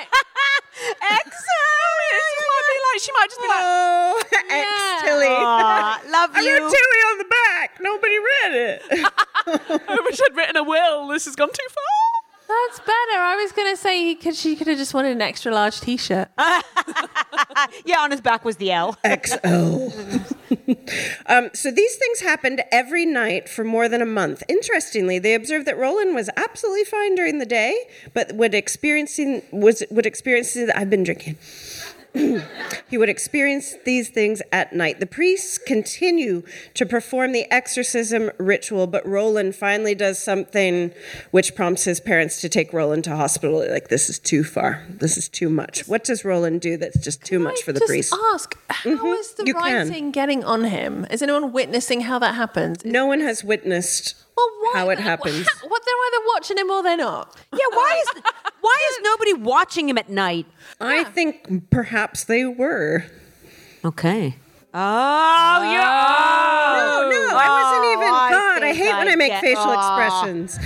X.
like, she might just be like,
Oh, X Tilly.
Aw, love
I
you.
wrote Tilly on the back. Nobody read it.
I wish I'd written a will. This has gone too far.
That's better. I was gonna say he could. She could have just wanted an extra large T-shirt.
Yeah, on his back was the L.
XO. um, so these things happened every night for more than a month. Interestingly, they observed that Roland was absolutely fine during the day, but would experiencing was would experience I've been drinking. he would experience these things at night. The priests continue to perform the exorcism ritual, but Roland finally does something which prompts his parents to take Roland to hospital. Like, this is too far. This is too much. What does Roland do that's just too much for the
just
priest? Mm-hmm.
ask how is the
you can.
writing getting on him? Is anyone witnessing how that happens?
No one has witnessed
Well, why
how it
the-
happens.
ha- What they're either watching him or they're not.
Yeah, why is why is nobody watching him at night?
I think perhaps they were.
Okay. Oh, yeah.
No, no, I wasn't even.
Oh. I
God, I
think
hate when
I
I make
get-
facial
Aw.
expressions.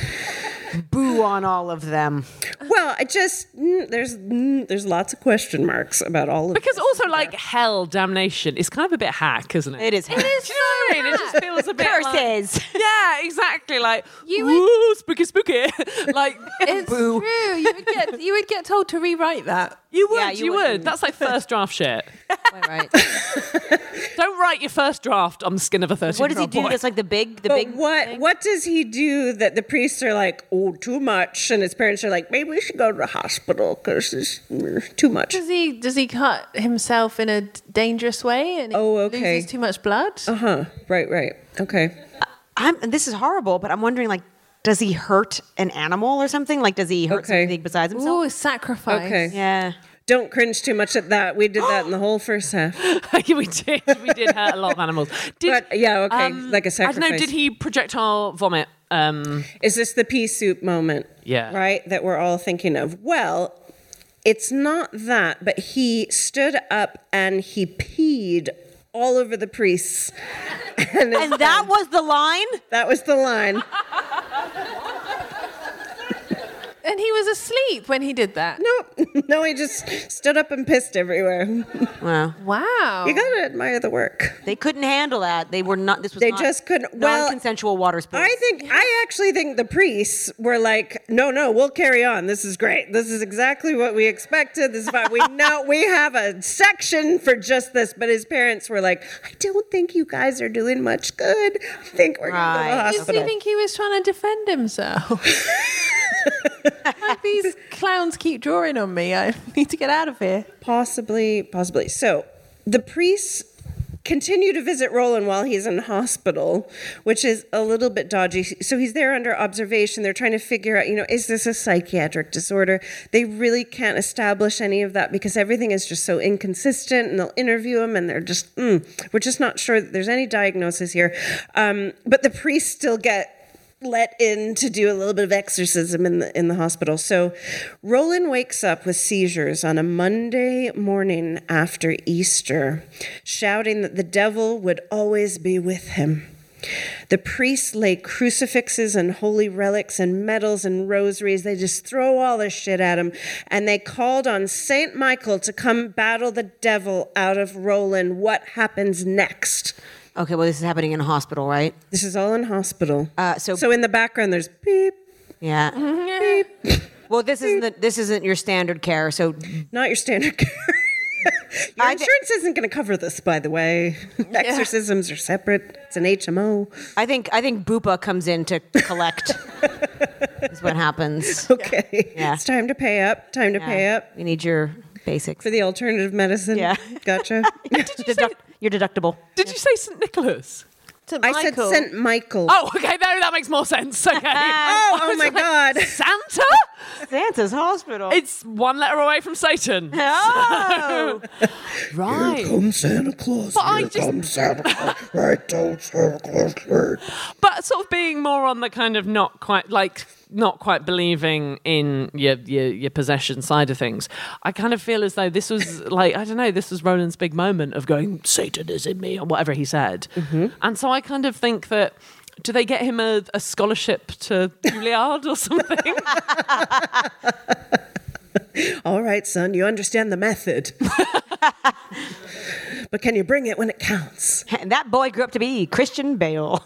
Boo on all of them.
Well, I just mm, there's mm, there's lots of question marks about all of.
Because also, like, hell, damnation is kind of a bit hack, isn't it?
It is.
It is
Do you know what I mean? It just feels a bit like-
Curses.
yeah, exactly. Like,
You would-
ooh, spooky, spooky. like,
It's true. You would get you would get told to rewrite that.
you would,
Yeah,
you,
you
would.
wouldn't.
That's like first draft shit.
Wait, right.
Don't write your first draft on the skin of a 13
What does he do? That's like the big, the
But
big.
what what does he do that the priests are like, oh, too much, and his parents are like, maybe we should go to the hospital because it's mm, too much.
Does he does he cut himself in a d- dangerous way and he
Oh, okay.
loses too much blood?
Uh huh. Right. Right. Okay.
I'm. and This is horrible, but I'm wondering, like, does he hurt an animal or something? Like, does he hurt
Okay.
something besides himself?
Oh, sacrifice.
Okay.
Yeah.
Don't cringe too much at that. We did that in the whole first half.
we did. We did hurt a lot of animals. Did, um,
But yeah, okay,
Um,
like a
I don't know.
sacrifice.
Did he projectile vomit? Um,
Is this the pea soup moment?
Yeah.
Right? That we're all thinking of. Well, it's not that, but he stood up and he peed all over the priests. and
And that was the line.
that was the line.
And he was asleep when he did that.
Nope. No, he just stood up and pissed everywhere.
Wow.
Wow.
You gotta admire the work.
They couldn't handle that. They were not. This was.
They
not
just couldn't. Well,
non-consensual water sports.
I think I actually think the priests were like, no, no, we'll carry on. This is great. This is exactly what we expected. This is what we know. We have a section for just this. But his parents were like, I don't think you guys are doing much good. I think we're going to the
Right.
Does he
hospital.
think he was trying to defend himself? like these clowns keep drawing on me. I need to get out of here.
Possibly, possibly. So the priests continue to visit Roland while he's in hospital, which is a little bit dodgy. So he's there under observation. They're trying to figure out, you know, is this a psychiatric disorder? They really can't establish any of that because everything is just so inconsistent and they'll interview him and they're just, mm, we're just not sure that there's any diagnosis here. Um, but the priests still get let in to do a little bit of exorcism in the in the hospital. So Roland wakes up with seizures on a Monday morning after Easter, shouting that the devil would always be with him. The priests lay crucifixes and holy relics and medals and rosaries. They just throw all this shit at him. And they called on St. Michael to come battle the devil out of Roland. What happens next?
Okay, well, this is happening in a hospital, right?
This is all in hospital.
Uh, so,
so in the background, there's beep.
Yeah. beep. Well, this isn't the, this isn't your standard care. So,
not your standard care. your I insurance th- isn't going to cover this, by the way. Yeah. Exorcisms are separate. It's an HMO.
I think I think Bupa comes in to collect. is what happens.
Okay. Yeah. It's time to pay up. Time to yeah. pay up.
We need your basics
for the alternative medicine.
Yeah.
Gotcha.
yeah, you Deduct- your deductible.
Did you say St. Nicholas?
St.
I said St. Michael.
Oh, okay. No, that makes more sense. Okay.
oh, oh my like, God.
Santa?
Santa's hospital.
It's one letter away from Satan.
Oh.
So. right.
Here comes Santa Claus. But Here I just... comes Santa Claus. right down Santa Claus Lane.
But sort of being more on the kind of not quite like not quite believing in your, your, your possession side of things. I kind of feel as though this was like I don't know, this was Roland's big moment of going Satan is in me or whatever he said, mm-hmm. and so I kind of think that. Do they get him a, a scholarship to Juilliard or something?
All right, son, you understand the method. but can you bring it when it counts?
And that boy grew up to be Christian Bale.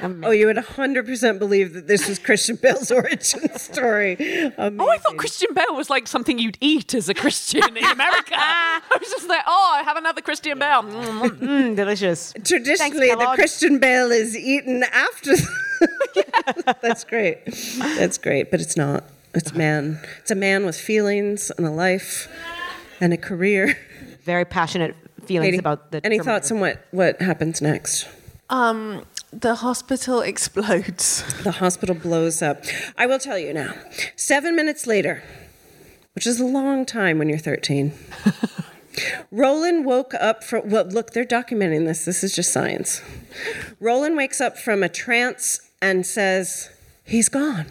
Amazing. Oh, you would 100% believe that this was Christian Bale's origin story. Amazing.
Oh, I thought Christian Bale was like something you'd eat as a Christian in America. I was just like, oh, I have another Christian Bale.
Mm, mm, delicious.
Traditionally, Thanks, the Christian Bale is eaten after. The- That's great. That's great, but it's not. It's man. It's a man with feelings and a life and a career.
Very passionate feelings
Katie,
about the.
Any Terminator. thoughts on what what happens next?
Um, the hospital explodes.
The hospital blows up. I will tell you now. Seven minutes later, which is a long time when you're 13. Roland woke up from, well, look, they're documenting this. This is just science. Roland wakes up from a trance and says, He's gone.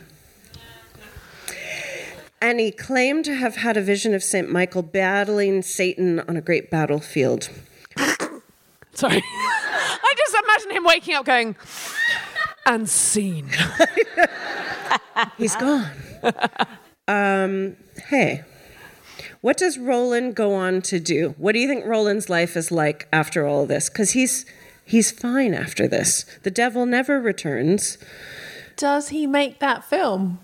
And he claimed to have had a vision of St. Michael battling Satan on a great battlefield.
Sorry. I just imagine him waking up going, and seen.
He's gone. Um, hey, what does Roland go on to do? What do you think Roland's life is like after all this? Because he's he's fine after this. The devil never returns.
Does he make that film?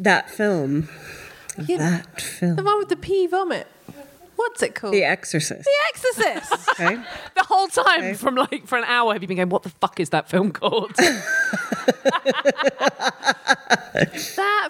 That film.
You
that know, film.
The one with the pee vomit. What's it called?
The Exorcist.
The Exorcist.
okay.
The whole time okay. from like for an hour have you been going, what the fuck is that film called?
that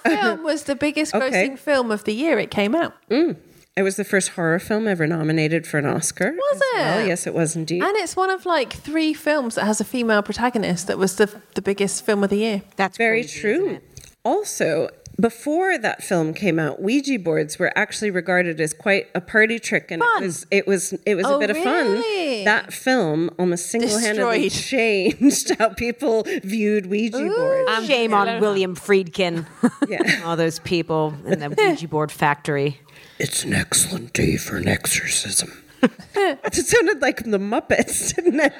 film was the biggest grossing okay. film of the year it came out.
Mm. It was the first horror film ever nominated for an Oscar.
Was it?
Well. Yes, it was indeed.
And it's one of like three films that has a female protagonist that was the the biggest film of the year.
That's
very
crazy,
true. Also, before that film came out, Ouija boards were actually regarded as quite a party trick, and
fun.
it was it was it was
oh,
a bit
really?
of fun. That film almost single-handedly
Destroyed.
changed how people viewed Ouija
Ooh,
boards.
Um, Shame on know. William Friedkin, yeah. all those people in the Ouija board factory.
It's an excellent day for an exorcism.
it sounded like the Muppets, didn't it?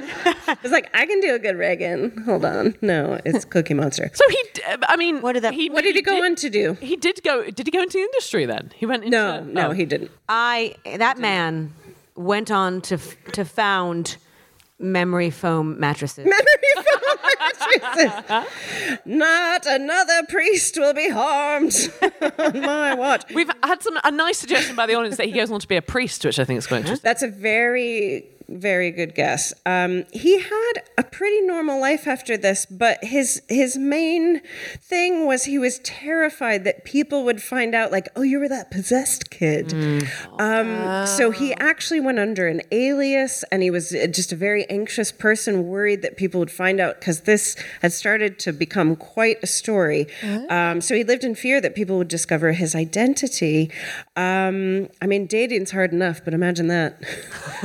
It's like I can do a good Reagan. Hold on, no, it's Cookie Monster.
So he, I mean,
what did that?
He, what did he, he go did, on to do?
He did go. Did he go into the industry then? He went into.
No, no,
oh.
he didn't.
I that didn't. man went on to to found memory foam mattresses.
Memory foam mattresses. Not another priest will be harmed on my watch. Uh-huh.
We've had some a nice suggestion by the audience that he goes on to be a priest, which I think is quite interesting.
That's a very very good guess. Um, he had a pretty normal life after this, but his his main thing was he was terrified that people would find out, like, oh, you were that possessed kid. Um, so he actually went under an alias, and he was uh, just a very anxious person, worried that people would find out because this had started to become quite a story. Um, so he lived in fear that people would discover his identity. Um, I mean, dating's hard enough, but imagine that.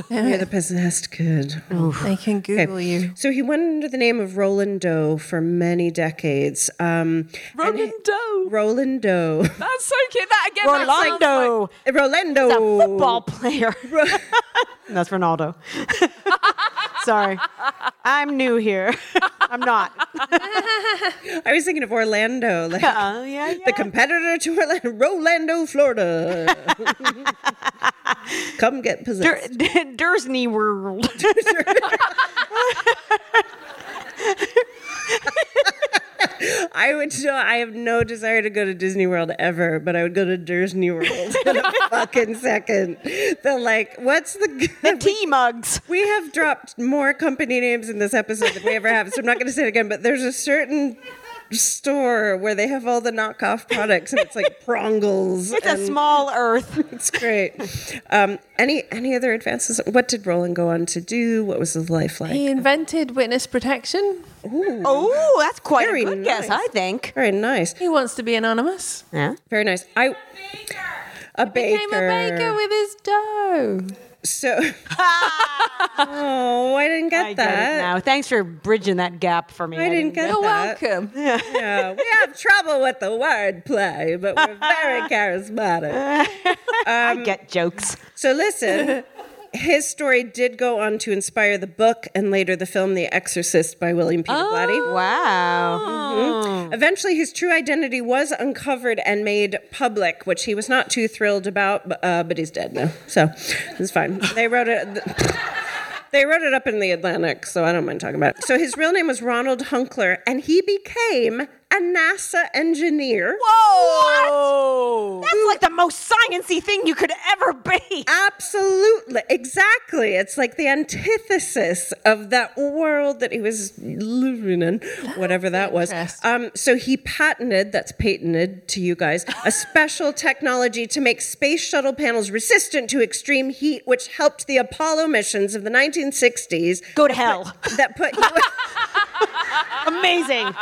You're the possessed kid.
They can Google you.
So he went under the name of Roland Doe for many decades. Um, Roland
Doe.
Roland Doe.
That's so cute. That again. that sounds
Rolando.
Rolando.
He's a football player. That's Ronaldo. Sorry. I'm new here. I'm not.
I was thinking of Orlando, like
Oh, yeah,
the competitor to Orlando, Rolando, Florida. Come get possessed.
Disney World.
I would. So I have no desire to go to Disney World ever, but I would go to Disney World in a fucking second. The like, what's the the
tea mugs?
We have dropped more company names in this episode than we ever have, so I'm not going to say it again. But there's a certain store where they have all the knockoff products, and it's like Prongles.
It's
and
a small earth.
It's great. Um, any any other advances? What did Roland go on to do? What was his life like?
He invented witness protection.
Oh, that's quite
Very
a good guess,
nice.
I think.
Very nice.
He wants to be anonymous.
Yeah.
Very nice. I a baker.
Became a baker with his dough.
so. oh, I didn't get
I get it
that.
now. Thanks for bridging that gap for me.
I didn't get
You're
that.
welcome.
Yeah, we have trouble with the word play, but we're very charismatic.
I get jokes.
So listen, his story did go on to inspire the book and later the film The Exorcist by William Peter
Oh.
Blatty.
Wow.
Eventually, his true identity was uncovered and made public, which he was not too thrilled about. But, uh, but he's dead now, so it's fine. They wrote it. They wrote it up in the Atlantic, so I don't mind talking about it. So his real name was Ronald Hunkler, and he became a NASA engineer.
Whoa! That's like the most sciency thing you could ever be.
Absolutely. Exactly. It's like the antithesis of that world that he was living in,
Oh,
whatever that was. Um, so he patented, that's patented to you guys, a special technology to make space shuttle panels resistant to extreme heat, which helped the Apollo missions of the 1960s
Go to hell.
that put you.
Amazing.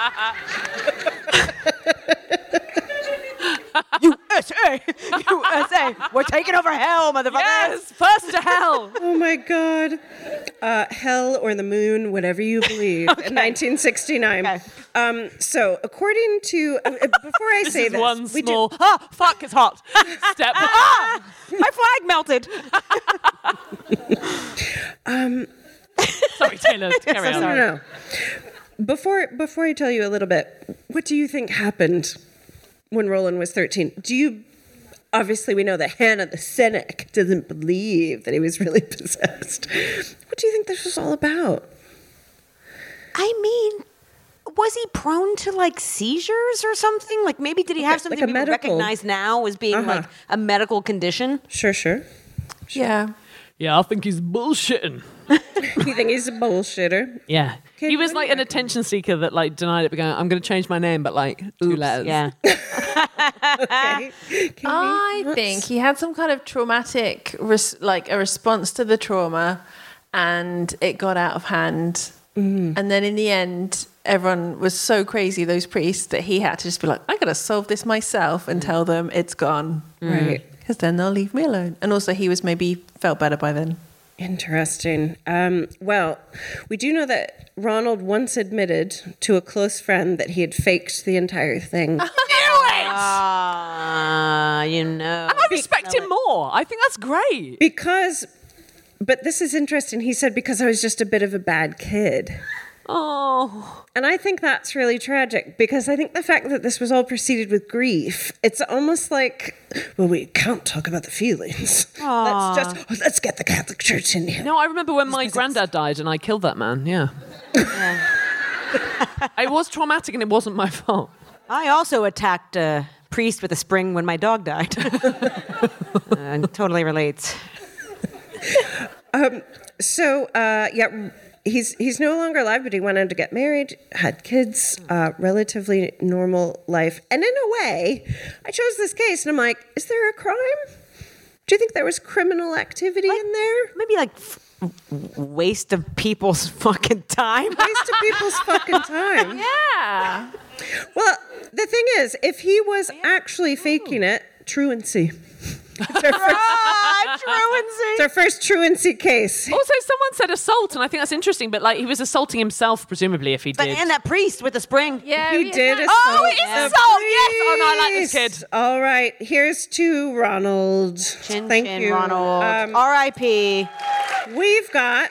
USA, USA, we're taking over hell, motherfucker.
Yes, first to hell.
Oh my God. Uh, hell or the moon, whatever you believe, in 1969. Um, so, according to, uh, before I
This
say
is
this,
one
we
small.
do,
Ah, fuck! It's hot. Step.
Ah, my flag melted.
Sorry, Taylor. Carry
no,
on.
no, no. Before, before I tell you a little bit, what do you think happened when Roland was 13? Do you, obviously, we know that Hannah the cynic doesn't believe that he was really possessed. What do you think this was all about?
I mean, was he prone to like seizures or something? Like maybe did he have
Like- like
something
a
we
medical-
recognize now as being
Uh-huh.
like a medical condition?
Sure, sure.
Yeah.
Yeah, I think he's bullshitting.
You think he's a bullshitter?
Yeah. he was
what do
like
you
an attention seeker that like denied it, but going, I'm going to change my name, but like, ooh, letters.
Yeah.
Okay. Can we-
I think he had some kind of traumatic, res- like a response to the trauma, and it got out of hand. And then in the end, everyone was so crazy, those priests, that he had to just be like, I gotta solve this myself and tell them it's gone.
Right.
Because then they'll leave me alone. And also, he was maybe felt better by then.
Interesting. Um, well, we do know that Ronald once admitted to a close friend that he had faked the entire thing.
Ah, you know.
I respect him more. I think that's great.
because, but this is interesting. He said, because I was just a bit of a bad kid.
Oh,
And I think that's really tragic because I think the fact that this was all preceded with grief, it's almost like, well, we can't talk about the feelings. Let's just, let's get the Catholic Church in here.
no, I remember when my granddad died and I killed that man. Yeah. it was traumatic and it wasn't my fault.
I also attacked a priest with a spring when my dog died. uh, totally relates.
Um, so uh, yeah, he's he's no longer alive, but he went on to get married, had kids, uh, relatively normal life. And in a way, I chose this case, and I'm like, is there a crime? Do you think there was criminal activity in there?
Maybe like waste of people's fucking time.
waste of people's fucking time.
Yeah.
Well, the thing is, if he was actually faking it, truancy. It's our first-
truancy.
It's our first truancy case.
Also, someone said assault, and I think that's interesting. But like, he was assaulting himself, presumably, if he did.
and that priest with the spring.
Yeah,
You did assault.
Oh, it is assault. Yes. Oh no, I like this kid.
Yes. All right. Here's to Ronald. Thank
chin,
you, Um,
Ronald. R.I.P.
We've got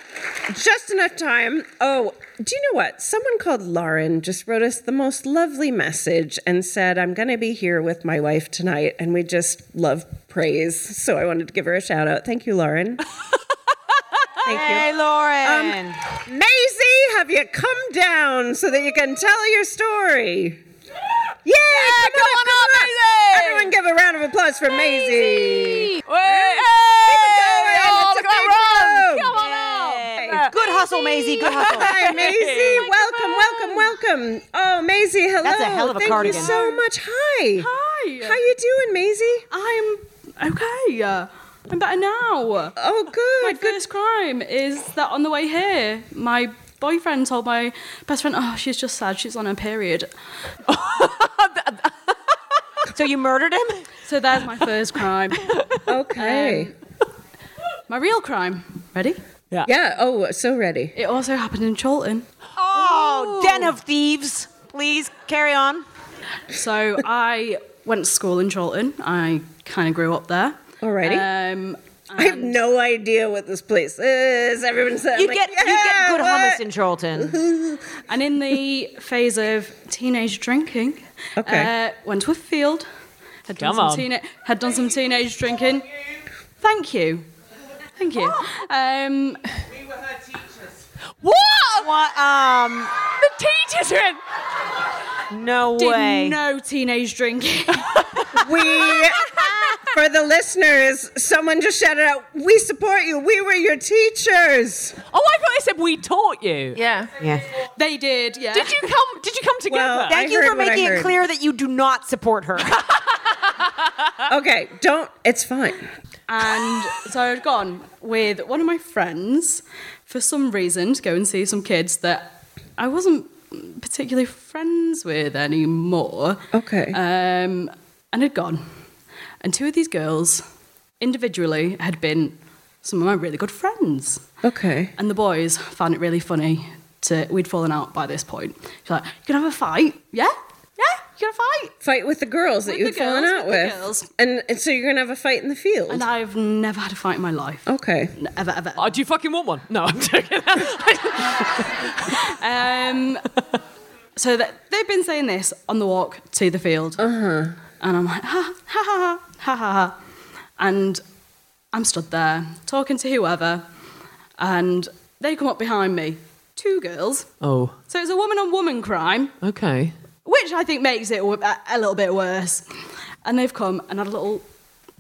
just enough time. Oh, do you know what? Someone called Lauren just wrote us the most lovely message and said, "I'm going to be here with my wife tonight," and we just love praise. So I wanted to give her a shout out. Thank you, Lauren. Thank you.
Hey, Lauren.
Um, Maisie, have you come down so that you can tell your story? Yeah, come, on, up, come on up. Everyone give a round of applause for Maisie.
Oh, look at that run. Come on up. Good hustle, Maisie. Good hustle.
Hi, Maisie. Welcome, welcome, welcome. Oh, Maisie, hello.
That's a hell of a
Thank
cardigan.
you so much. Hi.
Hi. Uh,
How you doing, Maisie?
I'm okay. I'm better now.
Oh, good.
My first crime is that on the way here, my boyfriend told my best friend, "Oh, she's just sad. She's on her period."
so you murdered him.
So there's my first crime.
Okay.
Um, my real crime. Ready?
Yeah.
Yeah. Oh, so ready.
It also happened in Cholton.
Oh, den of thieves. Please carry on.
So I went to school in Cholton. I kind of grew up there.
Alrighty.
Um,
I have no idea what this place is. Everyone said I'm
You
like,
get you
"Yeah,
get good
what?"
hummus in Charlton.
and in the phase of teenage drinking,
Okay.
uh, went to a field, had done,
Come
some
on.
teena- had done some teenage drinking. Thank you. Thank you. Um,
what?
What? Um.
The teachers are in.
No
did
way.
no teenage drinking.
We, for the listeners, someone just shouted out, "We support you. We were your teachers."
Oh, I thought they said we taught you.
Yeah.
Yeah.
They did, yeah.
Did you come? Did you come together?
Thank you for making it clear that you do not support her.
Uh,
Okay, don't. It's fine.
And so I'd gone with one of my friends for some reason to go and see some kids that I wasn't particularly friends with anymore.
Okay.
Um, and had gone. And two of these girls individually had been some of my really good friends.
Okay.
And the boys found it really funny to we'd fallen out by this point. She's like, You gonna have a fight? Yeah? Yeah, you gonna fight?
Fight with the girls that
With
you'd
the
fallen
girls,
out
with the
with,
girls.
And, and so you're gonna have a fight in the field.
And I've never had a fight in my life.
okay.
Ever, ever.
Oh, do you fucking want one? No, I'm joking.
Um, so that they've been saying this on the walk to the field, and I'm like, ha ha ha ha ha ha, and I'm stood there talking to whoever, and they come up behind me, two girls.
oh,
So it's a woman on woman crime,
okay.
which I think makes it w- a, a little bit worse. And they've come and had a little,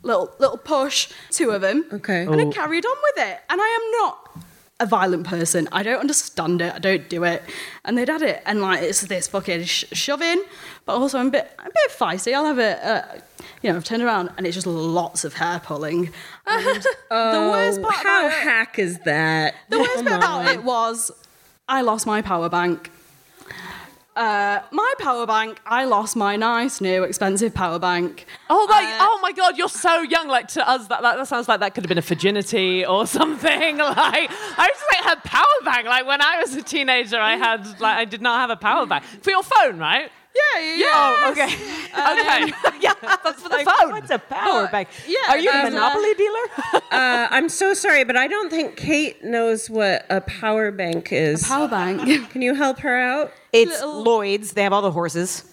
little, little push, two of them,
Okay.
and
Oh.
I carried on with it. And I am not a violent person. I don't understand it. I don't do it. And they'd had it, and like it's this fucking sh- shoving, but also I'm a bit, I'm a bit feisty. I'll have a, a you know, I've turned around and it's just lots of hair pulling. And the worst part
Oh, How
about it,
hack is that?
the worst bit about it was I lost my power bank. Uh, my power bank, I lost my nice new expensive power bank.
Oh my, oh my God! You're so young. Like to us, that, that that sounds like that could have been a virginity or something. Like I was like had power bank. Like when I was a teenager, I had like I did not have a power bank for your phone, right?
Yeah, yeah.
Oh,
yes.
okay, okay. yeah, that's for the phone. What's
a power bank?
yeah, Are you a that's, uh, Monopoly
dealer?
Uh, I'm so sorry, but I don't think Kate knows what a power bank is.
Power bank.
Can you help her out?
It's Lloyd's. They have all the horses.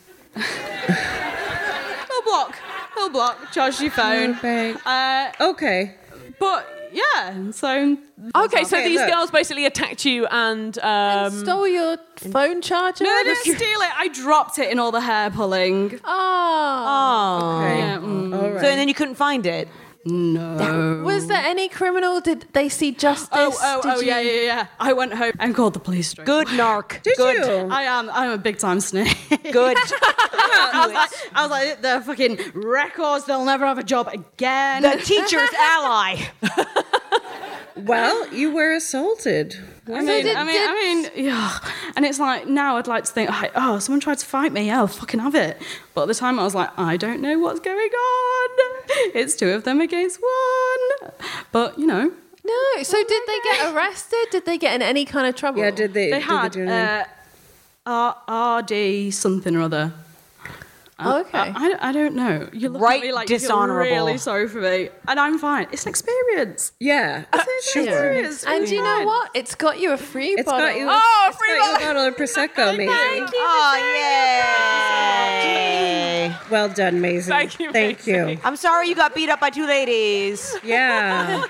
They'll block. They'll block. Charge your phone.
Bank.
Uh,
Okay.
but yeah, so
Okay, so
Okay,
these
look.
girls basically attacked you and, um,
Stole your phone charger.
no, I didn't steal it. I dropped it in all the hair pulling. mm.
Oh.
Oh.
All right.
So and then you couldn't find it.
No.
Was there any criminal? Did they see justice?
Oh, oh,
Did
oh, yeah,
you-
yeah, yeah. I went home and called the police straight
Good narc. Did Good. you?
I am. I'm a big time snake.
Good.
I, was like, I was like, they're fucking records. They'll never have a job again.
The teacher's ally.
Well, you were assaulted.
I mean, I mean, I mean, yeah. And it's like now I'd like to think, like, oh, someone tried to fight me. Yeah, I'll fucking have it. But at the time I was like, I don't know what's going on. It's two of them against one. But you know,
No. So did they get arrested? Did they get in any kind of trouble? Yeah. Did
they had uh, R- RD something or other.
Oh,
Uh,
okay.
I, I, I don't know. You look
Right
at me like
dishonorable.
You're really sorry for me, and I'm fine. It's an experience.
Yeah,
experience.
And you know what? It's got you a free
It's
bottle.
got you.
oh,
it's
free
got you
bottle.
a bottle of prosecco, Maisie.
Thank you.
Oh,
Well done, Maisie.
Thank you,
Thank you.
I'm sorry you got beat up by two ladies.
Yeah.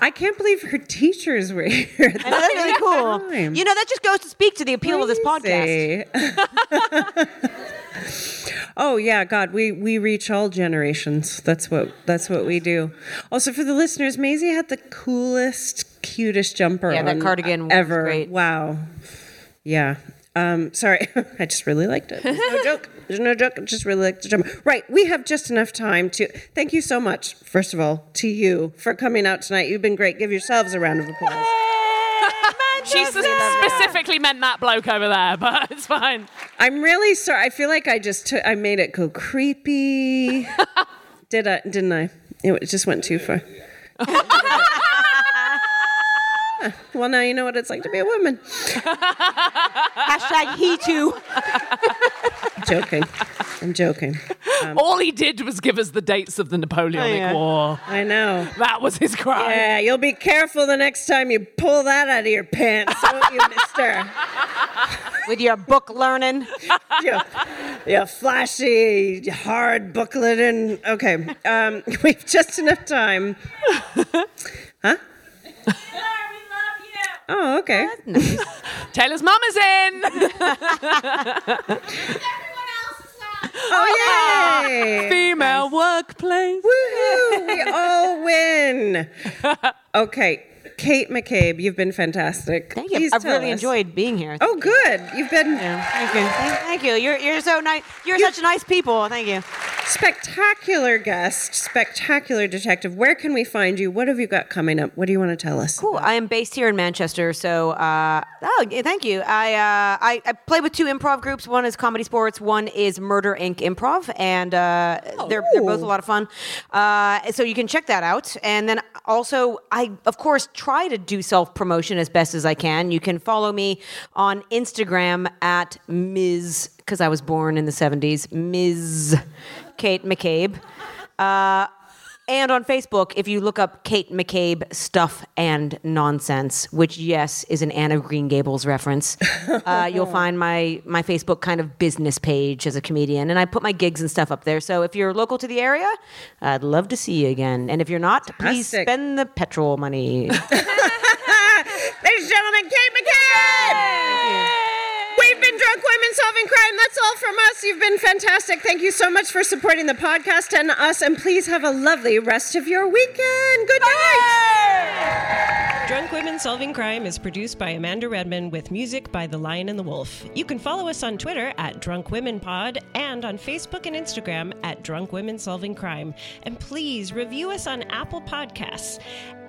I can't believe her teachers were here.
I know, that's really cool. You know, that just goes to speak to the appeal of this podcast.
oh yeah, God, we we reach all generations. That's what that's what we do. Also for the listeners, Maisie had the coolest, cutest jumper.
Yeah, that
on
cardigan was
ever.
great.
Wow. Yeah. Um, sorry, I just really liked it. There's no joke. There's no joke. I just really liked the jumper. Right, we have just enough time to thank you so much. First of all, to you for coming out tonight. You've been great. Give yourselves a round of applause.
She specifically meant that bloke over there, but it's fine.
I'm really sorry. I feel like I just took, I made it go creepy. Did I? Didn't I? It w- just went too far. Huh. well, now you know what it's like to be a woman.
Hashtag he too.
joking. I'm joking.
All he did was give us the dates of the Napoleonic
Yeah.
War.
I know.
That was his crime.
Yeah, you'll be careful the next time you pull that out of your pants, won't you, mister?
With your book learning.
you, you flashy, hard booklet. And okay, um, we've just enough time. huh? Oh, okay.
Taylor's mum is in.
Oh, yay!
Female workplace.
Woohoo! We all win. Okay, Kate McCabe, you've been fantastic. Thank
you. I've really enjoyed being here.
Oh, good. You've been
Thank you. Thank, thank you. You're, you're so nice. You're, such nice people. Thank you.
spectacular guest, spectacular detective. Where can we find you? What have you got coming up? What do you want to tell us?
Cool. I am based here in Manchester, so uh, oh, yeah, thank you. I, uh, I I play with two improv groups. One is Comedy Sports. One is Murder Inc. Improv, and uh, they're they're both a lot of fun. Uh, so you can check that out. And then also, I of course try to do self promotion as best as I can. You can follow me on Instagram at Ms. because I was born in the seventies. Ms. Kate McCabe. Uh, and on Facebook, if you look up Kate McCabe Stuff and Nonsense, which, yes, is an Anne of Green Gables reference, uh, you'll find my, my Facebook kind of business page as a comedian. And I put my gigs and stuff up there. So if you're local to the area, I'd love to see you again. And if you're not, please
Fantastic.
spend the petrol money.
Ah, Ladies and gentlemen, Kate McCabe! We've been drunk women solving crime. That's all from us. You've been fantastic. Thank you so much for supporting the podcast and us. And please have a lovely rest of your weekend. Good night.
Drunk Women Solving Crime is produced by Amanda Redman with music by The Lion and the Wolf. You can follow us on Twitter at Drunk Women Pod and on Facebook and Instagram at Drunk Women Solving Crime. And please review us on Apple Podcasts.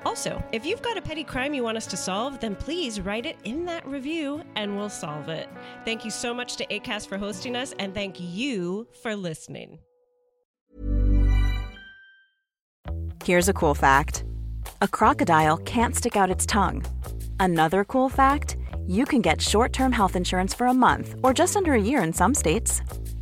Also, if you've got a petty crime you want us to solve, then please write it in that review and we'll solve it. Thank you so much to ACAST for hosting us and thank you for listening.
Here's a cool fact a crocodile can't stick out its tongue. Another cool fact you can get short term health insurance for a month or just under a year in some states.